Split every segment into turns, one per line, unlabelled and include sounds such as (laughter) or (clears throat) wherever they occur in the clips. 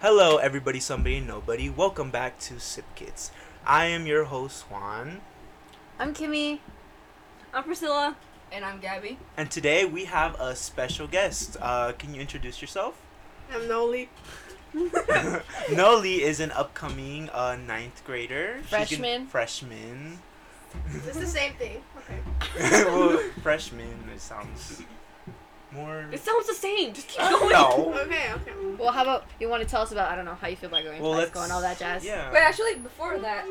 Hello, everybody, somebody, nobody. Welcome back to Sip Kids. I am your host, Juan,
I'm Kimmy.
I'm Priscilla.
And I'm Gabby.
and today we have a special guest. Uh, can you introduce yourself?
I'm Noli.
Noli is an upcoming uh, ninth grader. She can-
Freshman.
freshman. (laughs)
It's the same thing. Okay.
well, freshman, it sounds more.
It sounds the same. Just keep going.
No.
Okay, okay.
Well, how about you want to tell us about I don't know how you feel about going
Well,
to high
let's
school and all that jazz?
Yeah.
Wait, actually, before that.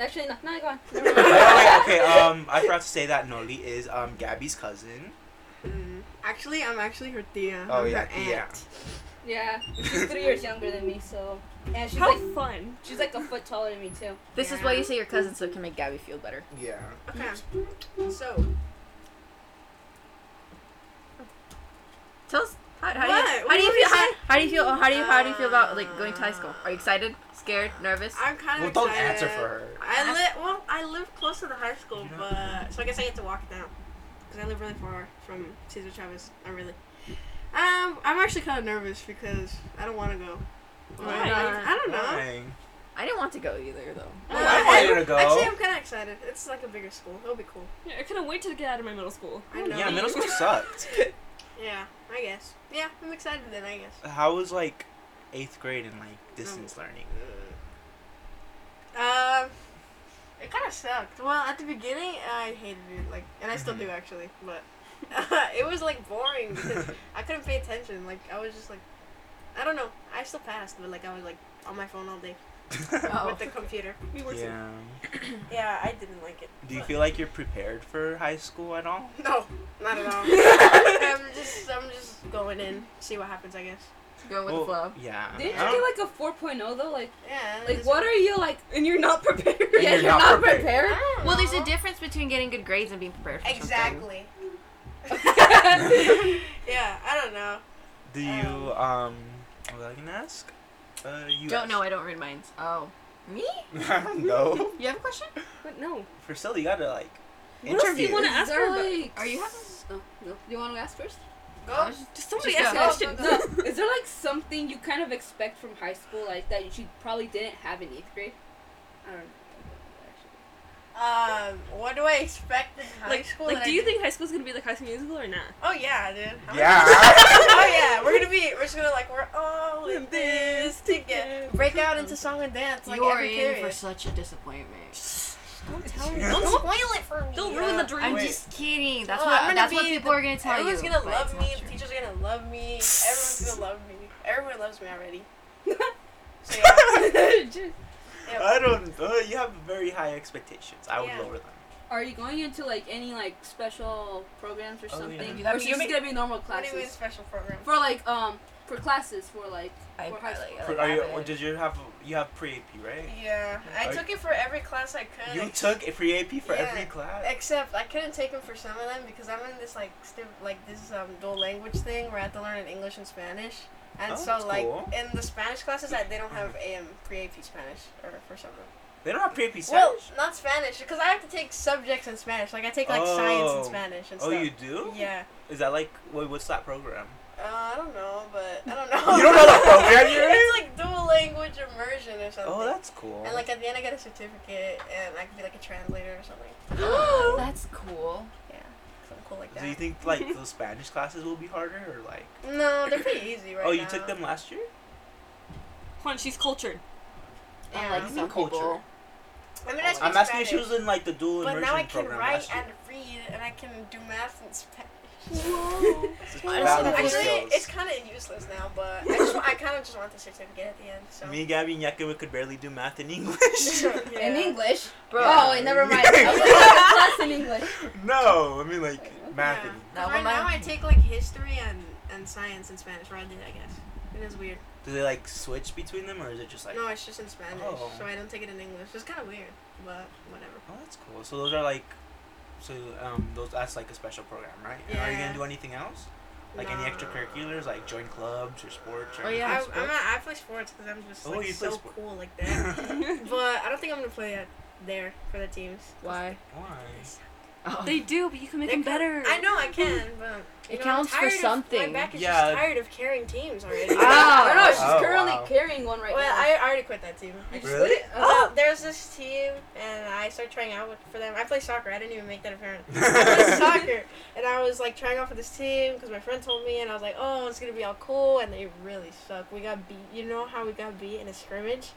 Actually, no, no, go on. Never
Oh,
mind.
wait, okay. Um, I forgot to say that Noli is um Gabby's cousin.
Mm. Actually, I'm actually her tia.
Oh,
I'm
yeah,
her
tia.
aunt.
(laughs) Yeah, she's three years younger than me, so and she's
How
like
fun.
she's like a foot taller than me too.
This is why you say your cousin, so it can make Gabby feel better.
(laughs) Yeah.
Okay. So,
Tell us how, how
What?
do you how
What
do you
were you
feel how,
saying?
how do you feel oh, how do you how do you feel about like going to high school? Are you excited? Scared? Nervous?
I'm kind
Well,
of
don't
excited.
answer for her.
I live well. I live close to the high school,
You're not-
but so I guess I get to walk down because I live really far from Cesar Chavez. I really. Um, I'm actually kind of nervous because I don't want to go.
Why
Like,
not?
I don't know.
Dang.
I didn't want to go either though.
Uh,
I wanted to go.
Actually, I'm kind of excited. It's like a bigger school. It'll be cool.
Yeah, I couldn't wait to get out of my middle school.
I know.
Yeah, middle school sucked.
Yeah, I guess. Yeah, I'm excited then. I guess.
How was like eighth grade and like distance learning?
Um, it kind of sucked. Well, at the beginning, I hated it, like, and I still do actually, but (laughs) it was like boring
(laughs)
because I couldn't pay attention. Like, I was just like, I don't know. I still passed, but like, I was like on my phone all day
(laughs) Oh.
with the computer.
We were too.
yeah.
Yeah, I didn't like it.
Do you feel like you're prepared for high school at all?
(laughs) No, not at all. I'm just, I'm just going in, see what happens. I guess.
Going with the flow.
Well, Yeah.
Didn't
I
you get like a 4.0 though? Like
Yeah.
like what are you like?
And you're not prepared.
(laughs)
And
yeah,
you're
you're,
not
not,
prepared.
prepared.
I don't
Well, there's
know.
a difference between getting good grades and being prepared. For something.
(laughs)
Exactly. (laughs) yeah, I don't know.
Do you um? Well, I can ask. Uh, you
Don't
ask. (laughs)
know. I don't read minds. Oh, me?
no.
You have a question?
But no.
Priscilla, you gotta like
What else do you
interview.
wanna-
Is
ask
there,
her about-
like-
Are you having-
Oh, no. You want to ask first?
I
Go.
was just-
Oh, Just somebody
Just
ask
go.
a question.
No, no. (laughs) Is there like something you kind of expect from high school like that you probably didn't have in eighth grade? I don't know. actually.
Um, what do I expect in high
Like,
school?
like,
that
do
I
you
did-
think high school's gonna be like High School Musical or not?
Oh yeah, dude. I'm
(laughs) Yeah.
(laughs) oh yeah, we're gonna be. We're just gonna like we're all in this together. Break out into song and dance like
You're
every
in
period.
for such a disappointment.
Don't tell me.
Don't
Don't,
spoil it for me.
don't ruin the dream.
I'm
Wait.
just kidding. That's
Oh,
what
I'm gonna
that's what
be
people
the-
are gonna tell
Everyone's
you.
gonna
but
love
it's
me.
not
The
true.
teacher's gonna love me. Everyone's gonna love me. Everyone loves me already. So yeah.
(laughs) Just-
yeah.
I don't. Uh, you have very high expectations. I would
Yeah.
lower them.
Are you going into like any like special programs or
Oh, yeah.
something?
You
Or
have-
is it
you
just
mean-
gonna be normal
what do you mean
classes
special program?
for like um for classes for like
I-
for high
I
school?
like- I
Are you,
love
or
it.
did you have you have pre AP right?
Yeah, I
Are-
took it for every class I could.
You
ex-
took a pre AP for
Yeah.
every class.
Except I couldn't take them for some of them because I'm in this like stu- like this um, dual language thing where I have to learn in English and Spanish, and
Oh, that's
so like
cool.
in the Spanish classes I, they don't have AM pre AP Spanish or for some of them.
They don't have pre AP.
Well, not Spanish because I have to take subjects in Spanish. Like I take like science
Oh.
in Spanish and
oh,
stuff.
you do?
Yeah.
Is that like wait, what's that program?
Uh, I don't know, but
(laughs)
I don't know.
You don't know that program you're in?
(laughs) It's like dual language immersion or something.
Oh, that's cool.
And like at the end I get a certificate and I can be like a translator or
(gasps)
something.
(gasps)
That's cool.
Yeah, something cool like that.
Do you think like those Spanish classes will be harder or like?
No, they're pretty easy right
oh, you
now.
took them last year.
Juan, she's cultured.
Yeah.
I like some
Culture.
people.
I mean, I speak
Oh, I'm asking if she
Spanish,
was in like the dual
But
immersion
now I can
program
write
last year.
and read, and I can do math in Spanish.
Whoa.
(laughs)
It's
Honestly,
valuable
that's-
Actually,
skills.
it's kind of useless now, but I, just, wa- I kind of just want the certificate at the end. So. (laughs)
Me, Gabby, and Yakima could barely do math in English. (laughs)
Yeah.
In English?
Bro.
Oh, wait, never mind. I was like, class in English.
no, I mean like
(laughs)
math. In,
Yeah. 'Cause
Now,
right
when
now
I-
I take like history and, and science in Spanish, or I did, I guess. It is weird.
do they like switch between them or is it just like?
No, it's just in Spanish,
Oh.
so I don't take it in English. It's kind of weird, but whatever.
Oh, that's cool. So those are like, so um, those that's like a special program, right? And Are you
Yeah.
gonna do anything else? Like any
Nah.
extracurriculars, like join clubs or sports? Or
Oh, yeah.
I,
sports.
(laughs)
I'm not, I play sports because I'm just
Oh,
like,
you play
so
sport.
cool like that. but I don't think I'm gonna play at there for the teams.
Why?
Why?
(laughs)
Oh.
they do, but you can make them better.
I know I can, but
It
know, I'm
counts for
tired of-
something.
my back is
Yeah.
just tired of carrying teams already.
(laughs)
Ah.
(laughs) I don't know. She's
Oh,
currently
wow.
one right
well,
now.
I already quit that team.
You just
Really?
Oh!
quit
Oh.
it?
Well, there's this team, and I started trying out with, for them. I play soccer. I didn't even make that apparent. I play
(laughs)
soccer, and I was like trying out for this team because my friend told me, and I was like, oh, it's gonna be all cool, and they really suck. We got beat. You know how we got beat in a scrimmage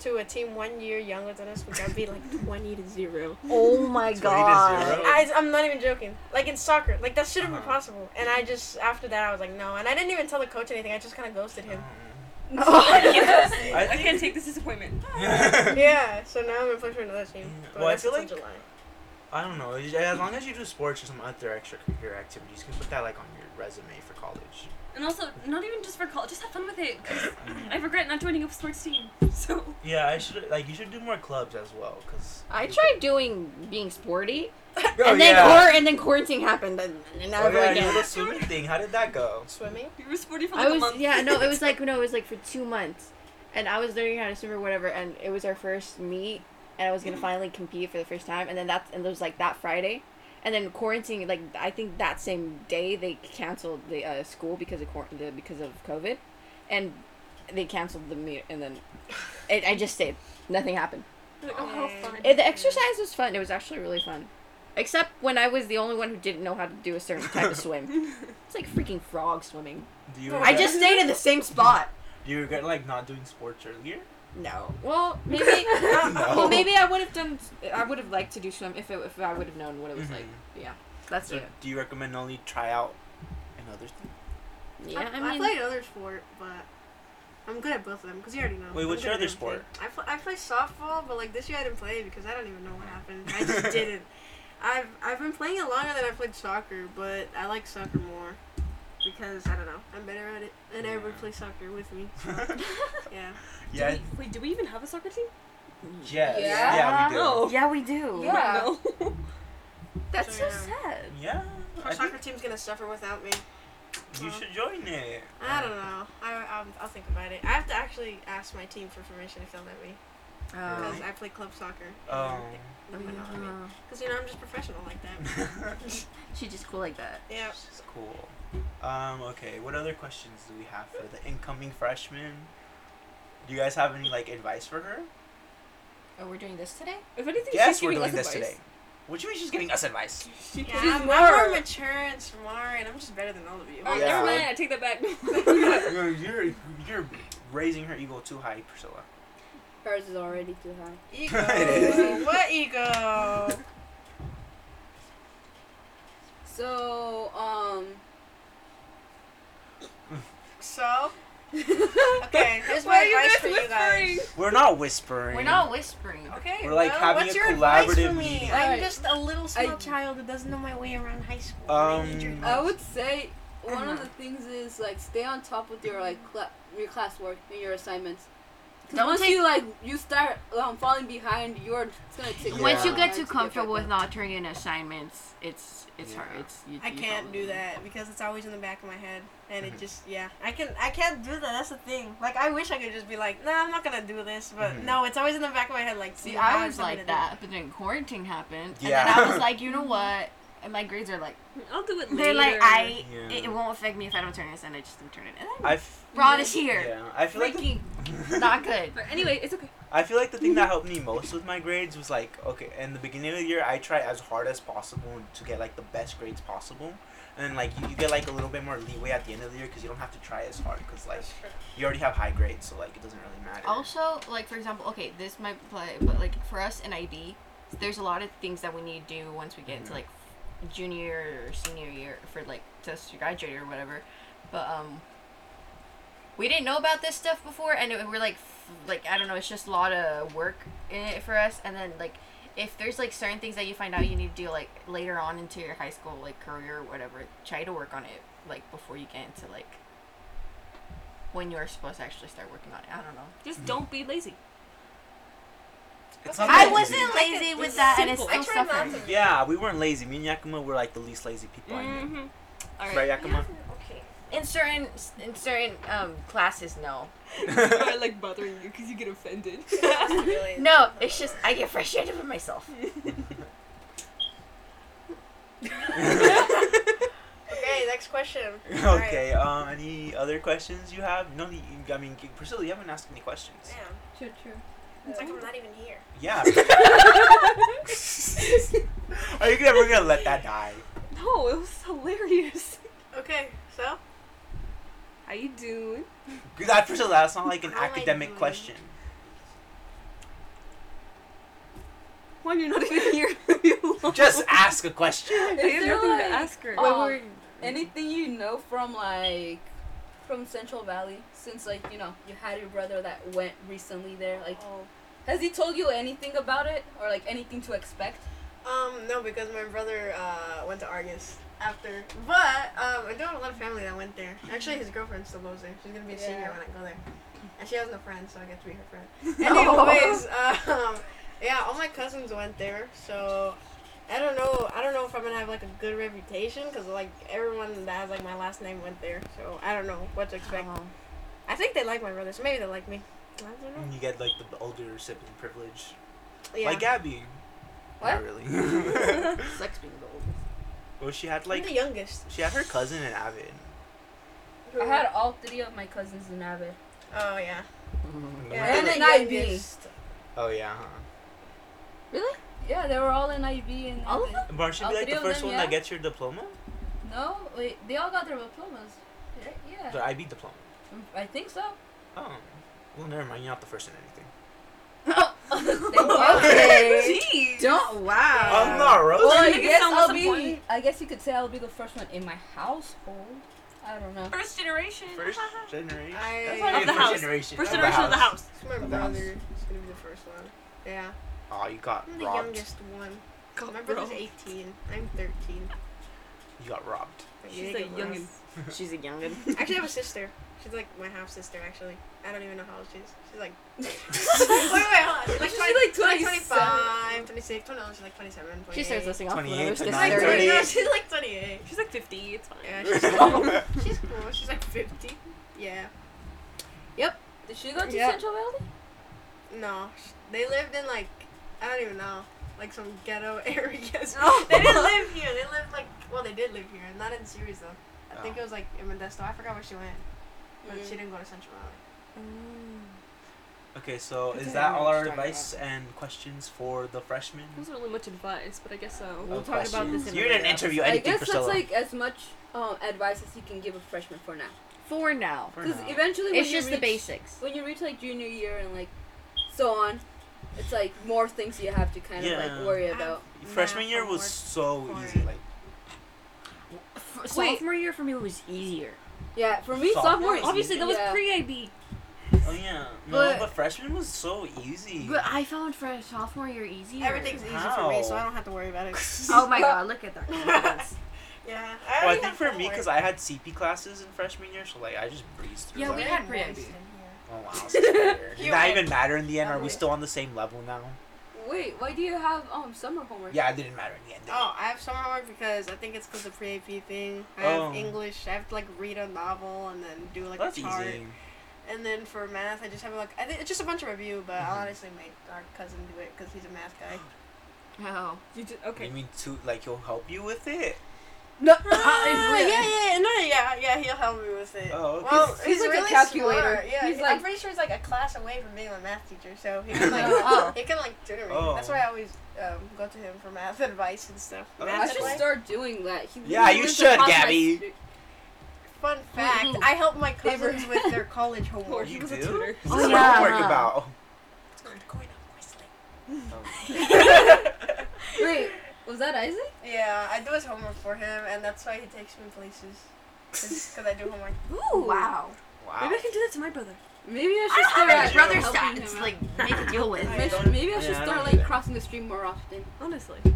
to a team one year younger than us. We got beat like twenty to zero.
Oh my
20 to
god.
zero.
I, I'm not even joking. Like in soccer, like that should have been
Uh-huh.
possible. And I just after that, I was like, no. And I didn't even tell the coach anything. I just kind of
(laughs)
ghosted him.
(laughs) I, (laughs)
think-
can't take this disappointment.
yeah. So now I'm gonna play for another team.
Mm,
but
well, I
that's
feel
until
like-
July.
I don't know. As long as you do sports or some other extracurricular activities, you can put that like on your resume for
(clears throat)
college.
And also, not even just for college, just have fun with it. 'cause I regret not joining a sports team. (laughs) So
Yeah, I should like you should do more clubs as well, cause
I tried doing being sporty,
Oh,
and then
yeah.
quar- and then quarantine happened, and, and
Oh,
never
yeah, you
again.
did the swimming thing. How did that go?
Swimming.
you were sporty for like
I
a
was
month.
yeah
(laughs)
no it was like no it was like for two months, and I was learning how to swim or whatever, and it was our first meet, and I was gonna finally compete for the first time, and then that's and it was like that Friday, and then quarantine like I think that same day they canceled the uh, school because of quar- the, because of COVID, and they canceled the meet, and then it, I just stayed, nothing happened.
(laughs) Like, oh,
Yeah.
how fun.
Eh, the exercise was fun. It was actually really fun. Except when I was the only one who didn't know how to do a certain
(laughs)
type of swim. It's like freaking frog swimming.
Do you
I
regret,
just stayed in the same spot.
do you regret like not doing sports earlier?
No. Well, maybe. uh,
(laughs) No.
Well, maybe I would have done. I would have liked to do swim if it, if I would have known what it was
Mhm.
like. Yeah, that's
So
it.
do you recommend only try out another
(laughs)
thing?
Yeah, I,
I,
mean,
played another sport, but I'm good at both of them because you already know.
Wait,
I'm
what's
good
your
at
other
everything. I, pl- I play softball, but like this year I didn't play because I don't even know what happened. I
(laughs)
just didn't. I've I've been playing it longer than I played soccer, but I like soccer more because I don't know. I'm better at it, and everyone
Yeah.
plays soccer with me. Yeah.
yeah.
Do we, wait, do we even have a soccer team?
Yes. Yeah.
Yeah.
we do.
No.
yeah, we do.
Yeah. No.
(laughs) that's so
Yeah.
sad.
Yeah.
Our
I
soccer
think
team's gonna suffer without me.
you should join it.
I don't know. I I'll, I'll think about it. I have to actually ask my team for permission if they'll let me
Oh.
because I play club soccer.
Um.
Because you know I'm just professional like
(laughs)
that.
Um,
(laughs) She's just cool like that.
Yeah.
It's cool. Um, okay, what other questions do we have for the incoming freshman? Do you guys have any like advice for her?
Oh, we're doing this today.
If anything,
yes,
she's
we're
giving
doing
us
this
advice.
today. What do you mean she's giving us
(laughs)
advice?
She
Yeah,
she's
I'm,
more.
I'm more mature and smart, and I'm just better than all of you.
Alright,
Yeah.
never mind. I take that back.
(laughs)
you're, you're you're raising her ego too high, Priscilla.
Hers is already too high.
Ego.
It is.
(laughs) What ego?
So, um.
So, okay, here's my advice for you guys.
We're not whispering.
We're not whispering.
Okay,
We're, like,
well,
having
what's
a
your advice for
collaborative
me?
meeting.
I'm
Alright.
just a little small
I-
child who doesn't know my way around high school. I need your
Um,
I would say one of
Uh-huh.
the things is like stay on top with your like cla- your classwork and your assignments. 'Cause
Don't
once
take-
you like you start um, falling behind, you're it's gonna take.
Yeah.
Once you
long
get
to
too comfortable
back
with
up.
not turning in assignments, it's it's hard.
Yeah.
It's you,
I
you
can't
follow
do
them.
that because it's always in the back of my head, and it
Mhm.
just yeah. I can I can't do that. That's the thing. Like I wish I could just be like, nah, I'm not gonna do this. But
Mhm.
no, it's always in the back of my head. Like,
See,
"Nah,
I
I'm
was
not
like
gonna do it."
that, but then quarantine happened, and
Yeah.
then I (laughs) was like, you know what? And my grades are like,
I'll do it later.
they're like, I,
Yeah.
it, it won't affect me if I don't turn this, and I just didn't turn it. And then
I f-
brought us here.
yeah, I feel like the- (laughs)
Freaking (laughs) not good.
But anyway, it's okay.
I feel like the thing that helped me most with my grades was like, okay, in the beginning of the year, I tried as hard as possible to get like the best grades possible. And then, like, you, you get like a little bit more leeway at the end of the year because you don't have to try as hard because, like,
That's true.
you already have high grades, so, like, it doesn't really matter.
Also, like for example, okay, this might play, but like for us in IB, there's a lot of things that we need to do once we get into
Mhm.
like junior or senior year for like to s- graduate or whatever. But um, we didn't know about this stuff before, and it, we're like, f- like I don't know, it's just a lot of work in it for us. And then like, if there's like certain things that you find out you need to do like later on into your high school like career or whatever, try to work on it like before you get into like when you're supposed to actually start working on it. I don't know.
Just don't be lazy.
It's
I
not
I
that
wasn't
easy.
lazy
It's
with that, and it's
simple.
still
I try not
suffering.
(laughs) to.
Yeah, we weren't lazy. Me and Yakima were like the least lazy people I
Mm-hmm.
knew.
All
Right,
right.
Yakima?
Okay.
In certain in certain um, classes, no. Mm-hmm.
(laughs) I like bothering you because you get offended.
Really.
(laughs) No, it's just I get frustrated with myself.
Okay, that next question.
(laughs) okay. Um, any other questions you have? No. you- I mean, Priscilla, you haven't asked any questions.
Damn.
True, true.
It's like I'm not even here.
Yeah. (laughs) Are you never gonna let that die?
No, it was hilarious.
Okay, so
How you doing?
That Priscilla, that's not like an
How am I
academic
doing?
question.
Why you're not even here? (laughs) Leave me alone.
Just ask a question.
Is There's there, nothing like, to ask her.
Wait,
Wait, Um,
wait,
Anything you know from like from Central Valley since like you know you had your brother that went recently there? Like,
Oh,
has he told you anything about it or like anything to expect?
Um, no, because my brother uh, went to Argus after. But um, I do have a lot of family that went there. Actually, his girlfriend still lives there. She's gonna be a senior
Yeah.
when I go there, and she has no friends, so I get to be her friend.
(laughs)
Anyways, um, yeah, all my cousins went there, so I don't know. I don't know if I'm gonna have like a good reputation because like everyone that has like my last name went there, so I don't know what to expect.
Uh-huh.
Um,
I think they like my brother, so maybe they like me. I don't know.
You get like the older sibling privilege,
Yeah.
like Gabby. Not
(laughs)
What?
really. (laughs)
sucks being the oldest.
well, she had
I'm the
like
youngest.
she had her cousin in Avid.
I had all three of my cousins in Avid.
Oh yeah.
Yeah,
I'm
and
the
an IB.
youngest.
Oh yeah. Huh?
Really? Yeah, they were all in IB and
All of
Avid.
them?
But should
All
be like
three
the
of
first
them,
one that
yeah?
gets your diploma,
No, wait, they all got their diplomas. right? Yeah, Mm,
the IB diploma.
I think (laughs) so.
Oh. Well, never mind. You're not the first in anything.
(laughs)
Okay.
Jeez.
Oh,
Don't wow.
I'm
Oh, I'm not
Well,
Rosie.
I
Make it
guess
sound
I'll
disappointing.
be. I guess you could say I'll be the first one in my household. I don't know.
First generation.
First generation.
I-
That's not
Of
even
the
first
house.
generation.
First
Of
generation of the house.
It's my
Of the
brother.
house.
It's gonna be the first one. Yeah. Oh,
Oh, you got
I'm the
robbed.
youngest one. my brother's 18. I'm 13.
You got robbed.
But
She's
they
a
get
youngin.
lost.
She's a youngin.
Actually, (laughs) I have a sister. She's like my half sister, actually. I don't even know how old she is. She's like. (laughs) wait, wait,
She's
hold on. She's like, 20,
like
20,
27.
25, 26, 29. She's like 27. 28.
She starts listening off
28
numbers.
to
Gets
9,
Like,
30.
30.
29, (laughs) she's like 28.
She's like 50. It's fine.
Yeah, she's
(laughs)
cool. she's cool. She's like 50. Yeah.
Did she go to
Yeah.
Central Valley?
No, sh- they lived in like I don't even know, like some ghetto (laughs) areas. (laughs) they
(laughs)
didn't live here. They lived like well, they did live here, not in series though. I think
Oh.
it was like in Modesto. I forgot where she went, but
Mm.
she didn't go to Central Valley.
Mm.
Okay, so
Okay,
is
I
that
know
all
what
our
you're talking
advice and questions for the freshmen?
wasn't really much advice, but I guess so.
Oh, questions. You didn't interview
I
anything,
guess
Priscilla.
that's like as much um, advice as you can give a freshman for now.
For now,
For
Because
now.
eventually, when
it's
you
just the
reach-
basics.
When you reach like junior year and like so on, it's like more things you have to kind of
Yeah.
like worry
I have-
about.
Freshman
Nah,
year
I'm
was
work-
so
for
easy.
it.
Like
F- sophomore year for me was easier.
Yeah, for me,
Sophomore
sophomore.
is
Obviously, that was
yeah.
pre-IB,
oh yeah, no, but,
But-
freshman was so easy.
but I found fresh sophomore year easier.
Everything's easy for me, so I
How?
don't have to worry about it.
(laughs) Oh my god! Look at that. (laughs) confidence.
yeah.
well, I think for me, because I had CP classes in freshman year, so like I just breezed through.
Yeah,
it.
we had pre-IB.
Oh wow, this is better. Did
You
that
win.
even matter in the end? Are we
Lovely.
still on the same level now?
Wait, why do you have um summer homework?
Yeah, it didn't matter in the end. did it?
Oh, I have summer homework because I think it's because the pre-AP thing. I have
Oh.
English. I have to like read a novel and then do like
that's
a chart.
easy.
And then for math, I just have like I think it's just a bunch of review, but I'll
Mm-hmm.
Mhm.
honestly make our cousin do it because he's a math
(gasps)
guy. (laughs)
Oh.
You just,
You (laughs)
okay.
mean to like he'll help you with it?
No.
(laughs)
Ah, yeah, yeah, no, yeah, yeah, he'll help me with it.
Oh, okay.
Well,
He's-
he's,
he's like a
really
calculator.
Smart. Yeah,
He's
he- I'm
like-
pretty sure he's like a class away from being a math teacher, so he can like (laughs)
(laughs)
Oh.
he can like tutor me.
Oh.
That's why I always um, go to him for math (laughs) advice and stuff.
Oh.
I
Math
should
Why?
advice.
start doing that. He
Yeah,
literally
you
lives
should,
across my
Gabby.
street.
Fun
(laughs)
fact:
Who- who-
I help my
Favorite.
cousins with their college
(laughs) Or
homework.
he
You
was a
do?
tutor.
What's
Oh,
this
yeah.
homework about? oh,
It's not going up Wesley.
Wait, was that Isaac?
Yeah, I do his homework for him, and that's why he takes me places. Because I do homework.
Ooh.
Wow.
can do that to my brother.
Maybe I
I
should
don't
start
have a
like,
brother
helping
stat.
him
It's
out.
like make a deal (laughs) with.
I
Maybe-
don't-
Maybe I
yeah,
should
I
start
don't
like
either.
crossing the street more often.
Honestly. Go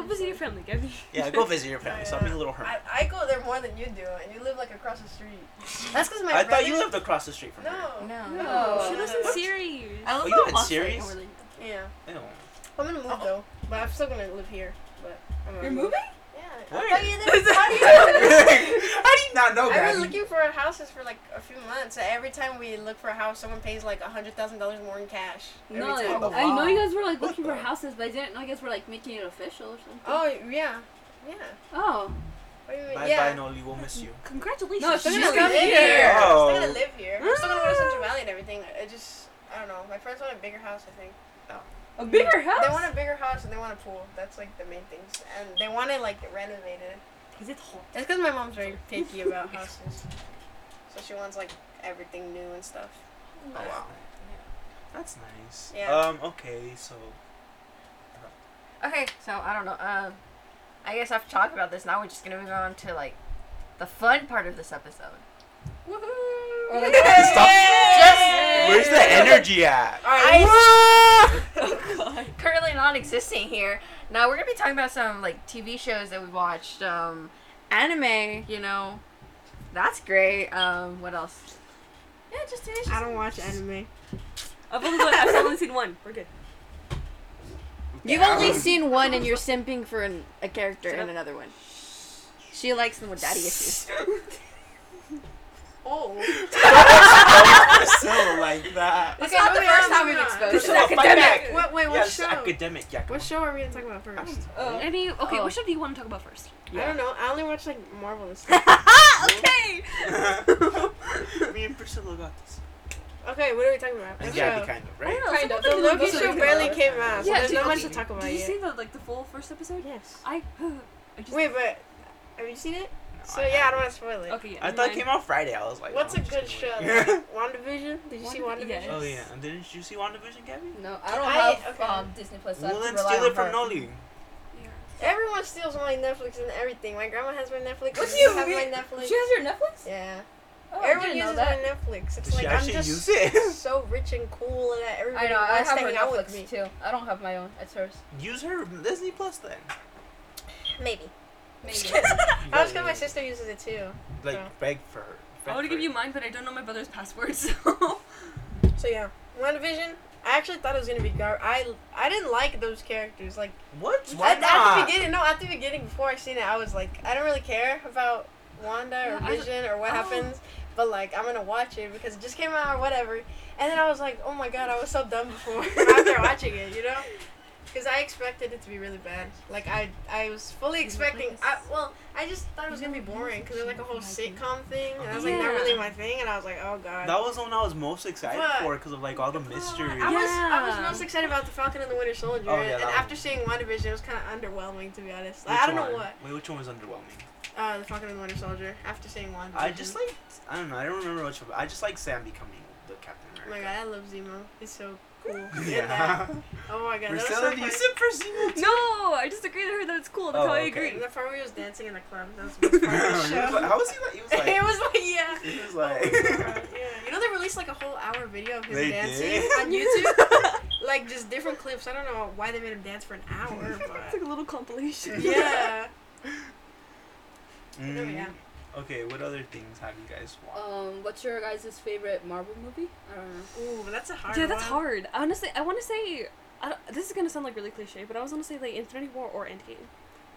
Honestly.
visit your family, Gabby.
Yeah, go visit your family. So I'm a little hurt.
I, I go there more than you do, and you live like across the street. That's because my
I
brother.
thought you lived across the street from
No.
her.
No.
No.
She
no,
lives
no.
in Syracuse.
I love
you
how
had
Austin
series?
overly-
Yeah.
Ew.
(laughs) I'm gonna move though, but I'm still gonna live here. But I'm gonna
You're moving?
Yeah.
Where?
I thought you didn't. How do you?
(laughs) I did not know
I've
that.
been looking for a houses for like a few months. and Every time we look for a house, someone pays like a hundred thousand dollars more in cash. Every
No,
time.
Oh,
I know you guys were like
What
looking
the- Oh.
for houses, but I didn't know you guys were like making it official or something.
Oh yeah, yeah.
Oh.
What do you mean?
Bye
yeah.
bye, Nolly. We'll miss
(laughs)
you.
Congratulations.
No, it's
Still
She's
gonna
coming
live here.
here.
I'm
Oh.
still gonna live here. I'm still gonna go to Central Valley and everything. I just, I don't know. My friends want a bigger house, I think.
A bigger house.
They want a bigger house and they want a pool. That's like the main things. And they want it like renovated.
Is it hot?
That's because my mom's very picky (laughs) about houses. So she wants like everything new and stuff.
Oh wow. That's nice.
Yeah.
Um. Okay. So.
Okay, so I don't know. Um, I guess I've talked about this. Now we're just gonna move on to like the fun part of this episode.
Or like,
Stop.
Just-
Where's the energy at?
Alright,
(laughs) Currently non-existing here. Now we're gonna be talking about some like TV shows that we watched. Um, anime. You know, that's great. Um, what else? Yeah, just TV shows.
I don't watch anime.
I've only, got, I've only seen one. We're good.
You've
Yeah.
only seen one, and you're simping for an, a character in another one. She likes them with daddy
(laughs)
issues.
Oh.
so like that.
It's
Okay,
not the
moving on,
first time we've
moving on.
exposed
This
it.
is off my back.
Wait, wait, what
Yeah, this is
show?
academic. Yeah. come
What show are we gonna talk about first?
uh,
I mean, okay,
Oh.
what show do you want to talk about first?
on.
I
Yeah.
don't know. I only watch like Marvel and stuff.
(laughs)
okay. (laughs)
Oh.
(laughs) Me and Priscilla got this.
okay, what are we talking about? What
yeah,
show?
kind of, right?
kind of.
The Loki
Most of
show
the-
barely came out, so
Yeah,
there's
did-
not much
okay.
to talk about
Did you
yet.
see the like the full first episode?
Yes.
I, (sighs) I just
Wait, but have you seen it?
No,
Oh, So yeah, I don't
haven't.
want to spoil it.
Okay, yeah.
I
never
thought it
mind.
came out Friday. I was like,
What's
oh,
a
I'm
good
just
show?
gonna wait.
Like, (laughs) WandaVision? Did you see
Wanda-
WandaVision?
yeah.
(laughs) oh yeah, and didn't you see WandaVision, Gabby?
no, I don't
I-
have
okay.
um, Disney Plus. So I
well, then
have to rely
steal
on
it from
her.
Nolly.
Yeah.
Everyone steals my Netflix and everything. My grandma has my Netflix.
What
and
do you
have
mean?
my Netflix.
She has your Netflix.
Yeah.
Oh, I
Everyone
didn't know
uses
that.
my Netflix. It's
Does she
like I'm
actually
just
use it? (laughs)
(laughs) so rich and cool and that everybody
I know. I
wants
have
to
her
hang out with me.
Netflix too. I don't have my own. It's hers.
Use her Disney Plus then.
Maybe.
Maybe.
(laughs)
(laughs)
I was gonna my sister uses it too. Yeah.
Like beg for her.
I
Beg
want to
for
give you
it.
mine, but I don't know my brother's password, (laughs) so.
So yeah, WandaVision. I actually thought it was gonna be gar. I I didn't like those characters. Like
What? Why
at, at the
not?
beginning, no, at the beginning before I seen it, I was like, I don't really care about Wanda or
Yeah, I-
Vision or what
oh.
happens, but like I'm gonna watch it because it just came out or whatever. And then I was like, oh my god, I was so dumb before (laughs) after watching it, you know. Because I expected it to be really bad. Like I, I was fully expecting. I, well, I just thought it was gonna be boring because it was like a whole sitcom thing, and I was like, not
Yeah.
really my thing. And I was like, oh god.
That was the one I was most excited
But-
for because of like all the mystery.
I was I was
Yeah.
most excited about the Falcon and the Winter Soldier,
Oh, yeah,
and
that
after
one.
seeing WandaVision, it was kind of underwhelming to be honest. Like,
Which
I don't
one?
know what
Wait, which one was underwhelming?
uh, the Falcon and the Winter Soldier. After seeing WandaVision,
I just like I don't know. I don't remember which. one. I just like Sam becoming the Captain
Oh my
America.
god, I love Zemo. He's so cool. And
(laughs)
that-
Yeah.
Oh my god, that was so
Priscilla, do you
funny.
sit for Zemo?
(laughs)
no, I just agreed with her that it's cool. That's
Oh,
how I
okay.
agree.
And the part where he was dancing in the club. That was the
(laughs)
best part of the
He was like-
show.
How was he like? He was like.
(laughs) it was like yeah.
he was
(laughs) Oh my
like.
God,
(laughs)
yeah. You know they released like a whole hour video of him
They
dancing
did?
on
(laughs)
YouTube, like just different clips. I don't know why they made him dance for an hour,
(laughs) It's like a little compilation.
but
(laughs)
yeah.
Mm.
yeah.
Okay, what other things have you guys watched?
um, what's your guys' favorite Marvel movie? I don't know.
Ooh, but that's a hard.
Yeah, that's
one.
hard. Honestly, I want to say. I don't, this is gonna sound like really cliche, but I was gonna say like Infinity War or Endgame.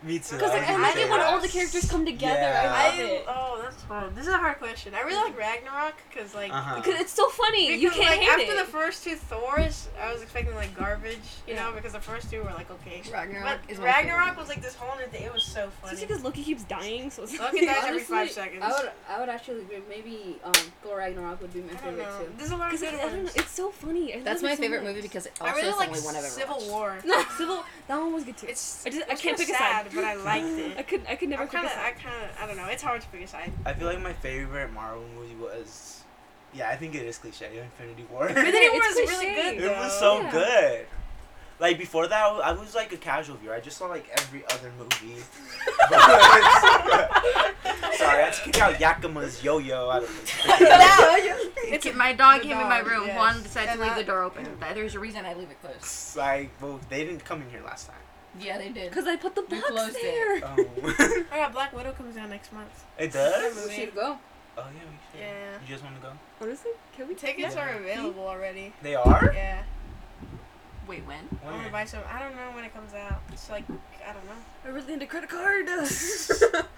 Me too.
Because
I
like,
was
I
gonna
like
say
it when
that.
all the characters come together. I
Yeah.
love
I
it.
oh that's hard. This is a hard question. I really like Ragnarok because like
Uh,
Uh-huh.
Because it's so funny.
because,
you can't
like,
hate
after
it.
the first two Thors, I was expecting like garbage, you
Yeah.
know, because the first two were like okay.
Ragnarok
But
is my
Ragnarok was like this whole new thing. It was so funny.
Especially because Loki keeps dying, so it's
Loki dies every five
Honestly,
seconds.
I would, I would actually agree. Maybe um, Thor Ragnarok would be my
I don't
favorite
know.
too.
There's a lot of
Because
good
I don't know,
ones.
it's so funny. I love
That's
it
my
so
favorite
much.
movie because it also
I really
is
like
the only one I've ever
Civil
watched.
War.
Civil. That one was good too.
It's
I just
it
I
was
can't
kinda
pick a
sad,
side.
but
(laughs)
I liked
I
it.
could I could never
I'm
pick
kind
a
of I
side.
kind of I don't know. It's hard to pick a side.
I feel like my favorite Marvel movie was, yeah, I think it is cliche, Infinity War.
Infinity
Infinity
it's
War is really
cliche.
(laughs)
good.
It was
though.
so
Yeah.
good. Like before that, I wa- I was like a casual viewer. I just saw like every other
(laughs)
movie. (laughs) Sorry, I had to kick out Yakima's yo-yo out of
(laughs)
this.
It's my dog
The
came in my
dog,
room.
yes.
Juan decided
And
to leave the
that-
door open. But (laughs) There's a reason I leave it closed.
It's like, well, they didn't come in here last time.
(laughs)
Yeah, they did.
Because I put the box
closed it.
there.
Oh,
Oh yeah, Black Widow comes out next month.
(laughs) it
That
does.
We
movie.
should go.
Oh yeah, we should.
Yeah.
You just want to go?
Honestly, can we take
Tickets
Yeah.
are available already.
They are.
Yeah.
Wait, when? (laughs)
I want to
When?
buy some. I don't know when it comes out. It's like I don't know.
I really need a credit card.
I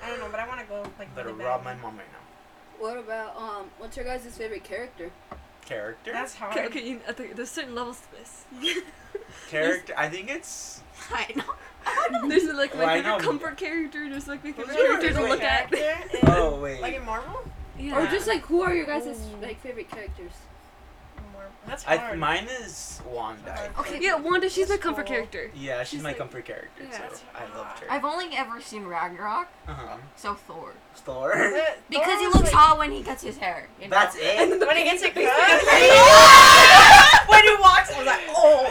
don't know, but I want to go like.
Better
really bad.
rob my mom right now.
What about um? What's your guys' favorite character?
Character.
That's hard.
okay, okay. You, uh, I think there's certain levels to this. (laughs)
Character. I think it's.
I know.
There's like my
Well, I
favorite
know.
comfort character, just like my favorite
your
character to
favorite
look at.
Character in-
Oh wait.
Like in Marvel?
Yeah.
Or just like, who are your guys'
Ooh.
like favorite characters?
Marvel. That's
I
hard.
th- mine is Wanda. I
Okay.
think.
yeah, Wanda. She's my
That's
comfort
cool.
character.
Yeah, she's,
She's
my
like-
comfort character,
yeah.
so I loved her.
I've only ever seen Ragnarok,
uh-huh.
so Thor.
(laughs) Thor.
Uh,
Because he
Thor was,
looks
like-
hot when he cuts his hair. You know?
That's it. (laughs)
When he gets a cut,
when he walks, I was like, oh.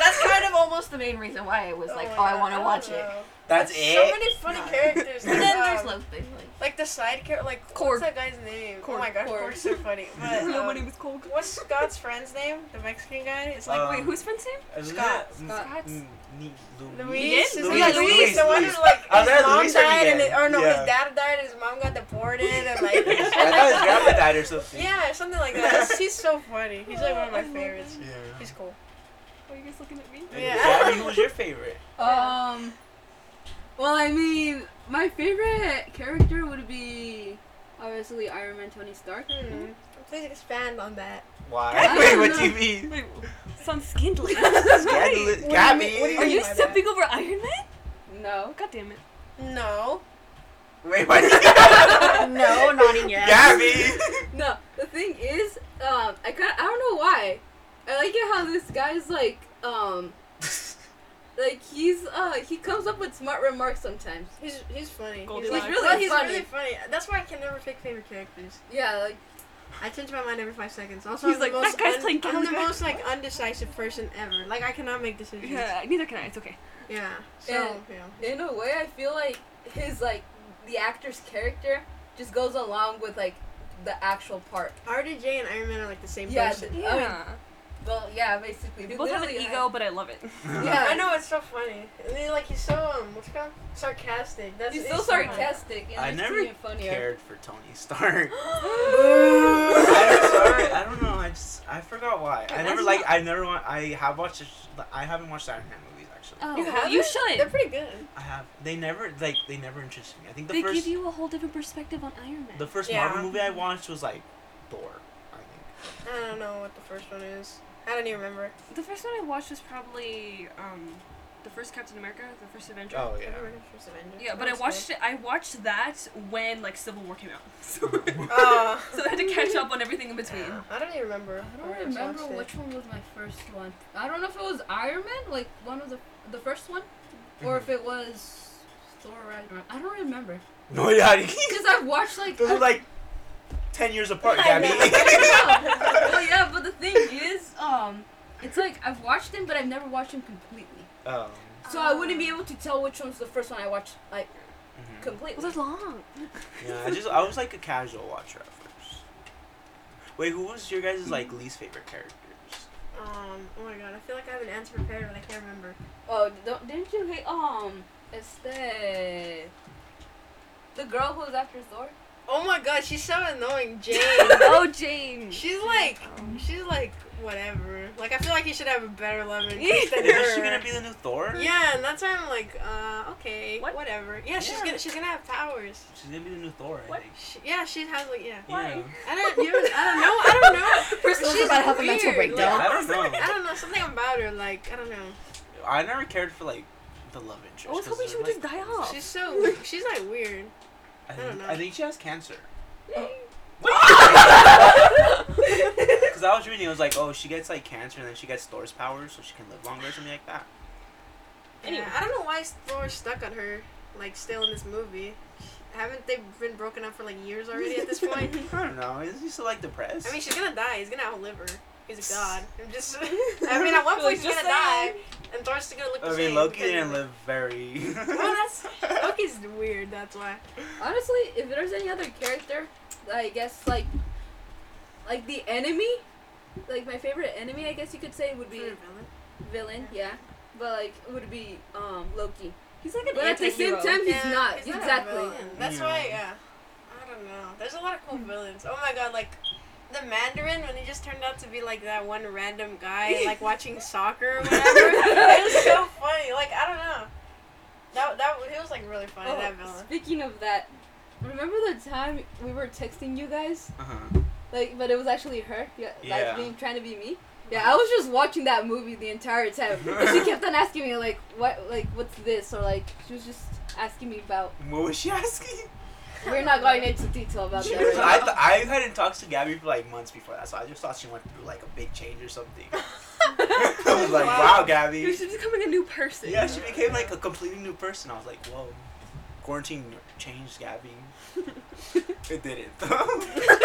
That's kind of almost the main reason why I was like, oh, I
yeah,
want to
don't
watch it.
know.
That's
There's So
it.
many funny
Nah.
characters.
But then there's
um,
Loki. Like,
Like the side character, like what's
Korg.
that guy's name?
Korg,
Oh my gosh,
Korg.
Korg's so funny. But,
Hello, my
um,
name is Cold.
what's Scott's friend's name? The Mexican guy. It's like
Um,
Wait, who's friend's name?
Isn't
Scott-
that-
Scott.
Mm, Ni- Lu-
Luis.
Miguel?
Is it
Yeah,
Luis,
Luis,
the one
Luis.
who like
I was
his
like,
mom
Luis or
died and it,
Miguel?
or no,
Yeah.
his dad died and his mom got deported and
(laughs) (laughs)
like
I thought his
(laughs)
grandma died or something.
Yeah, something like that. It's- (laughs) He's so funny. He's like one of my favorites.
Yeah.
He's cool.
Are you guys looking at me?
And
Yeah.
Gabby, who was your favorite?
Um. Well, I mean, my favorite character would be obviously Iron Man Tony Stark.
Hmm. Please expand on that.
Why?
don't
Wait, what
know.
do you mean?
Wait, sounds scandalous.
Scandalous.
What do you mean- what do
Gabby.
Are you
My bad.
stepping over Iron Man?
No.
God damn it.
No.
Wait,
(laughs)
what?
(laughs) no, not in your
Gabby.
No. The thing is, um, I kind I don't know why. I like it how this guy's like, um, like he's uh he comes up with smart remarks sometimes.
He's he's funny. He's,
Goldilocks.
like,
He's
really
well, he's
funny.
really funny. That's why I can never pick favorite characters.
Yeah. Like
I change my mind every five seconds. Also,
He's
I'm
like,
the
"That
most
guy's
un-
playing
I'm the
Candy Crush."
most like undecisive person ever. Like I cannot make decisions. Yeah.
Yeah, neither can I. It's okay.
So
And-
yeah.
in a way, I feel like his like the actor's character just goes along with like the actual part.
RDJ and Iron Man are like the same
Yeah,
person.
Oh,
th- Well, yeah, basically.
We both have an
Literally, I-
ego, but I love it.
(laughs)
Yeah.
I know it's so funny. And then, like he's so um, what's it called? Sarcastic. That's
He's
it's
so sarcastic. And
I
it's
never
even funnier. (gasps)
cared for (laughs) Tony Stark.
Boo.
I'm sorry. I don't know. I just I forgot why. I never
That's
like. I never want. I have watched. the sh- I haven't watched Iron Man movies actually.
Oh,
You
well,
haven't?
you
They're
should.
pretty good.
I have. They never like. They never interested me. I think the
They
first
give you a whole different perspective on Iron Man.
the first
Yeah.
Marvel movie I watched was like Thor. I think.
I don't know what the first one is. I don't even remember.
The first one I watched was probably um, the first Captain America, the first Avenger.
Oh
I
yeah.
remember the first Avengers.
Yeah, but I
That was
watched it. I watched that when like Civil War came out, so,
good. (laughs) Oh.
so I had to (laughs) catch up on everything in between.
I don't even remember.
I don't
where
remember
watched it.
which one was my first one. I don't know if it was Iron Man, like one of the the first one,
Mm-hmm.
or if it was Thor Ragnarok. I don't
(laughs)
remember
No, yeah.
because I've watched
(laughs)
like.
Those
I-
are like ten years apart,
I
Gabby. (laughs)
I don't know. well, yeah, but the thing is, um, it's like I've watched them, but I've never watched them completely.
um,
So I wouldn't be able to tell which one's the first one I watched like
mhm.
Well,
completely.
they're long.
Yeah, I just I was like a casual watcher at first. Wait, who was your guys' like least favorite characters?
Um. Oh my god. I feel like I have an answer prepared, but I can't remember.
Oh, don't, didn't you hate um, it's the the girl who was after Thor?
Oh my god. She's so annoying, (laughs) Jane.
oh, Jane.
she's like, she's like whatever. Like I feel like you should have a better love (laughs) interest than
Is
her.
she gonna be the new Thor?
yeah, and that's why I'm like, uh, okay,
What?
whatever. Yeah, she's
Yeah.
gonna she's gonna have powers.
She's gonna be the new Thor, I
What?
think.
She, yeah, she has like yeah.
Why?
I don't you, I don't know. I don't know.
First one's
She's
about to have a
weird,
mental
like-
Yeah,
breakdown.
I don't know.
I don't know something about her. Like I don't know.
I never cared for like the love interest.
I was
'cause
hoping she
they're,
would just
like-
die off.
She's so she's like weird.
I
don't
think,
know.
I think she has cancer. Oh.
I
(laughs) Cause I was reading, it was like, oh, she gets like cancer and then she gets Thor's powers, so she can live longer or something like that.
Anyway.
I don't know why Thor's stuck on her. Like still in this movie. Haven't they been broken up for like years already at this point?
I don't know. Is she still like depressed?
I mean, she's gonna die. He's gonna outlive her. He's a god. I'm just. I mean, at one point she's gonna die, and Thor's still gonna look. The
I
same
mean, Loki
because-
didn't live very.
Well,
(laughs)
that's Loki's weird. That's why.
Honestly, if there's any other character, I guess like like the enemy, like my favorite enemy, I guess you could say would be
Hmm.
villain, yeah. But like would be um Loki.
He's like an
But at the same
anti-hero.
time, he's not
he's not a
exactly.
villain. That's
Yeah.
why. Yeah. I don't know. There's a lot of cool
Hmm.
villains. Oh my god, like. The Mandarin, when he just turned out to be like that one random
(laughs)
guy, like watching soccer or whatever, it was so funny. Like I don't know, that that he was like really funny. that
Oh, (laughs)
villain.
speaking of that, remember the time we were texting you guys,
uh-huh.
like, but it was actually her, yeah,
Yeah.
like being trying to be me. Yeah, I was just watching that movie the entire time.
(laughs)
And she kept on asking me like, what, like, what's this, or like, she was just asking me about.
What was she (laughs) asking?
We're not going into detail about that. Right
(laughs) I,
now.
th- I hadn't talked to Gabby for like months before that, so I just thought she went through like a big change or something. I was like, wow, Gabby.
She's becoming a new person.
Yeah, she became like a completely new person. I was like, whoa. Quarantine changed Gabby. it didn't. (laughs) it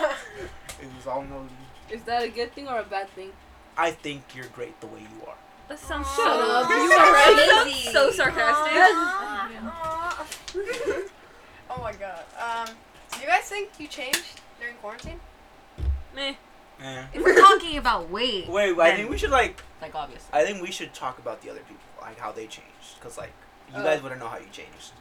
was all no.
Is that a good thing or a bad
(laughs)
thing?
I think you're great the way you are.
That sounds
Shut
so.
up,
you
that
are
(laughs) sounds
lazy.
so
(laughs)
sarcastic.
Aw. oh my god. Um, do you guys think you changed during quarantine?
Meh.
Eh.
If we're talking about weight,
Wait, I
then-
think we should like.
like obviously.
I think we should talk about the other people, like how they changed, cause like you
Oh.
guys wouldn't know how you changed,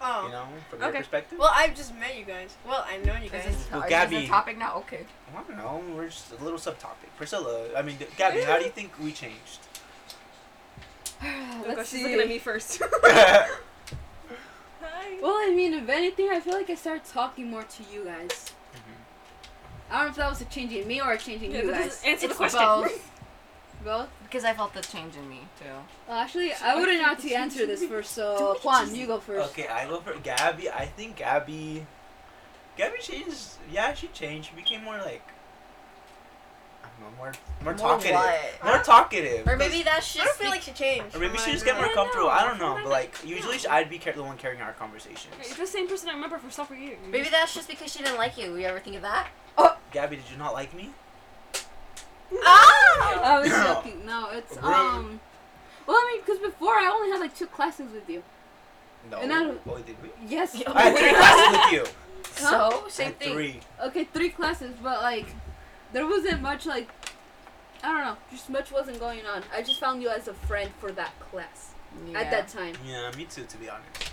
Oh.
you know, from
Okay.
your perspective.
Well, I've just met you guys. Well, I know you
Is
guys.
this,
Well,
is
Gabby-
this a topic now? Okay.
I don't know. We're just a little subtopic. Priscilla, I mean, Gabby, how do you think we changed?
Oh
Let's
gosh, she's
see.
looking at me (laughs) first.
Hi.
Well, I mean, if anything, I feel like I started talking more to you guys. I don't know if that was a change in me or a change in
Yeah,
you
that
guys.
doesn't answer the
It's
question.
both.
Both.
Because I felt the change in me too.
Well, actually, I wouldn't know how to answer this first. So Juan, you go first.
Okay, I go for Gabby. I think Gabby. Gabby changed. Yeah, she changed. She became more like. I don't know, more more, talkative. More talkative.
Or maybe that's
I don't
just
feel like she changed.
Or maybe
from
she
when I
just get
grew
more
up.
comfortable. I don't know,
I
but
don't
like
know.
usually I'd be car- the one carrying our
(laughs) It's
conversations.
the same person I remember for several years.
maybe that's just because she didn't like you. You ever think of (laughs) that?
Gabby, did you not like me?
Oh!
Ah!
(coughs)
I was joking. No, it's
Really?
um. Well, I mean, because before I only had like two classes with you.
No.
And I don't-
Oh, did we?
(laughs) Yes.
I had three classes with you.
Huh?
So
I
same
had
thing.
three.
Okay, three classes, but like, there wasn't much like. I don't know. Just much wasn't going on. I just found you as a friend for that class
(laughs)
at that time.
Yeah, me too, to be honest.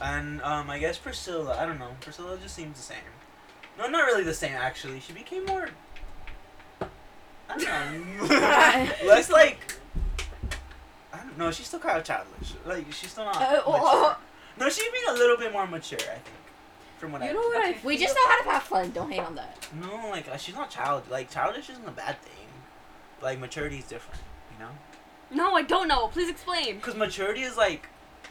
And um, I guess Priscilla. I don't know. Priscilla just seems the same. No, not really the same actually. She became more. I don't
(laughs)
know. Less like. I don't know. She's still kind of childish. Like she's still not.
Oh,
Uh,
mature. No, she's being a little bit more mature. I think. From what I.
You know what I?
We just know how to have fun. Don't hate on that.
No, like uh, she's not child. Like childish isn't a bad thing. Like maturity is different. You know.
No, I don't know. Please explain.
Because maturity is like.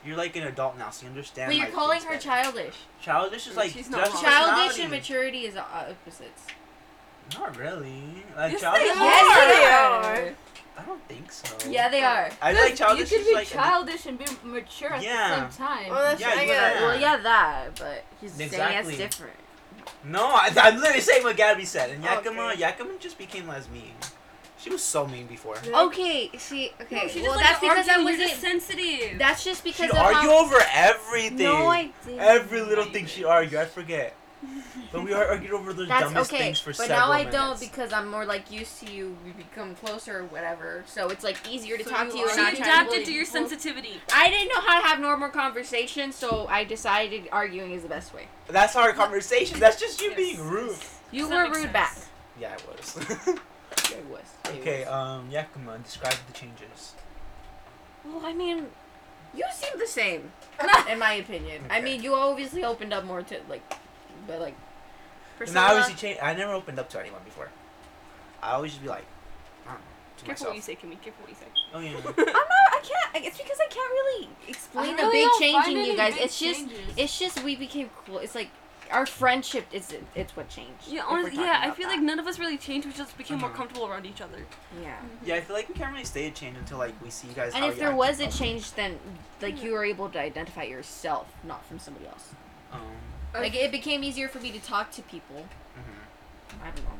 You're like an adult now, so you understand.
But you're
like,
calling
things
her
better.
childish.
Childish is like
She's not
that's
wrong.
Childish
personality.
and maturity is opposites.
Not really. Like
Yes,
childish.
they
is-
Yes,
they
I don't think so.
Yeah, they are.
I feel like
Because
childish
You
is
could be
like a-
childish and be mature at
Yeah.
the same time.
Well, that's
Yeah,
I
you
get
were-
it.
Well, yeah, that. But he's saying
Exactly.
it's different.
No, I, I'm literally saying what Gabby said. And
Oh,
Yakima,
okay.
Yakima just became less mean. She was so mean before.
Okay. See. Okay.
No, she just
well,
like
that's
to
because I
argue, you're
wasn't.
just sensitive.
That's just because
She'd
of
argue
how.
over everything.
No, I didn't.
Every little thing
(laughs)
she argued, I forget. But we argued over the
That's
dumbest
okay,
things for
but
several
now I
minutes.
don't because I'm more like used to you. We become closer or whatever, so it's like easier to
So
talk
you
to you.
are-
And
She
not
She's
try to
adapted
bully.
to your sensitivity.
I didn't know how to have normal conversation, so I decided arguing is the best way.
That's our conversation. That's just you being rude.
You
Does
were
that
rude
make
back.
sense?
Yeah, I was.
It was.
(laughs) okay, um, Yakima, describe the changes.
Well, I mean,
You seem the (laughs) same, in my opinion. I
Okay.
mean, you obviously opened up more to like, but like.
And I always change. I never opened up to anyone before. I always just be like, I don't know, to
careful what you
myself.
say, Kimmy. Careful what you say.
Oh yeah.
I'm not. I can't. It's because I can't really
I
explain
really
the big
don't
change in
find
you
any
guys.
big
It's just.
changes.
It's just we became cool. It's like our friendship is. It's what changed.
Yeah,
if we're
honestly,
talking
yeah. I
about
feel
that. Mm-hmm.
like none of us really changed. We just became more
Mhm.
comfortable around each other.
Yeah.
(laughs) yeah, I feel like we can't really stay a change until like we see you guys.
And
how
if
you
there
act
was
in
a
public.
change, then like you were able to identify yourself, not from somebody else.
um,
Okay.
Like it became easier for me to talk to people.
mhm.
I don't know.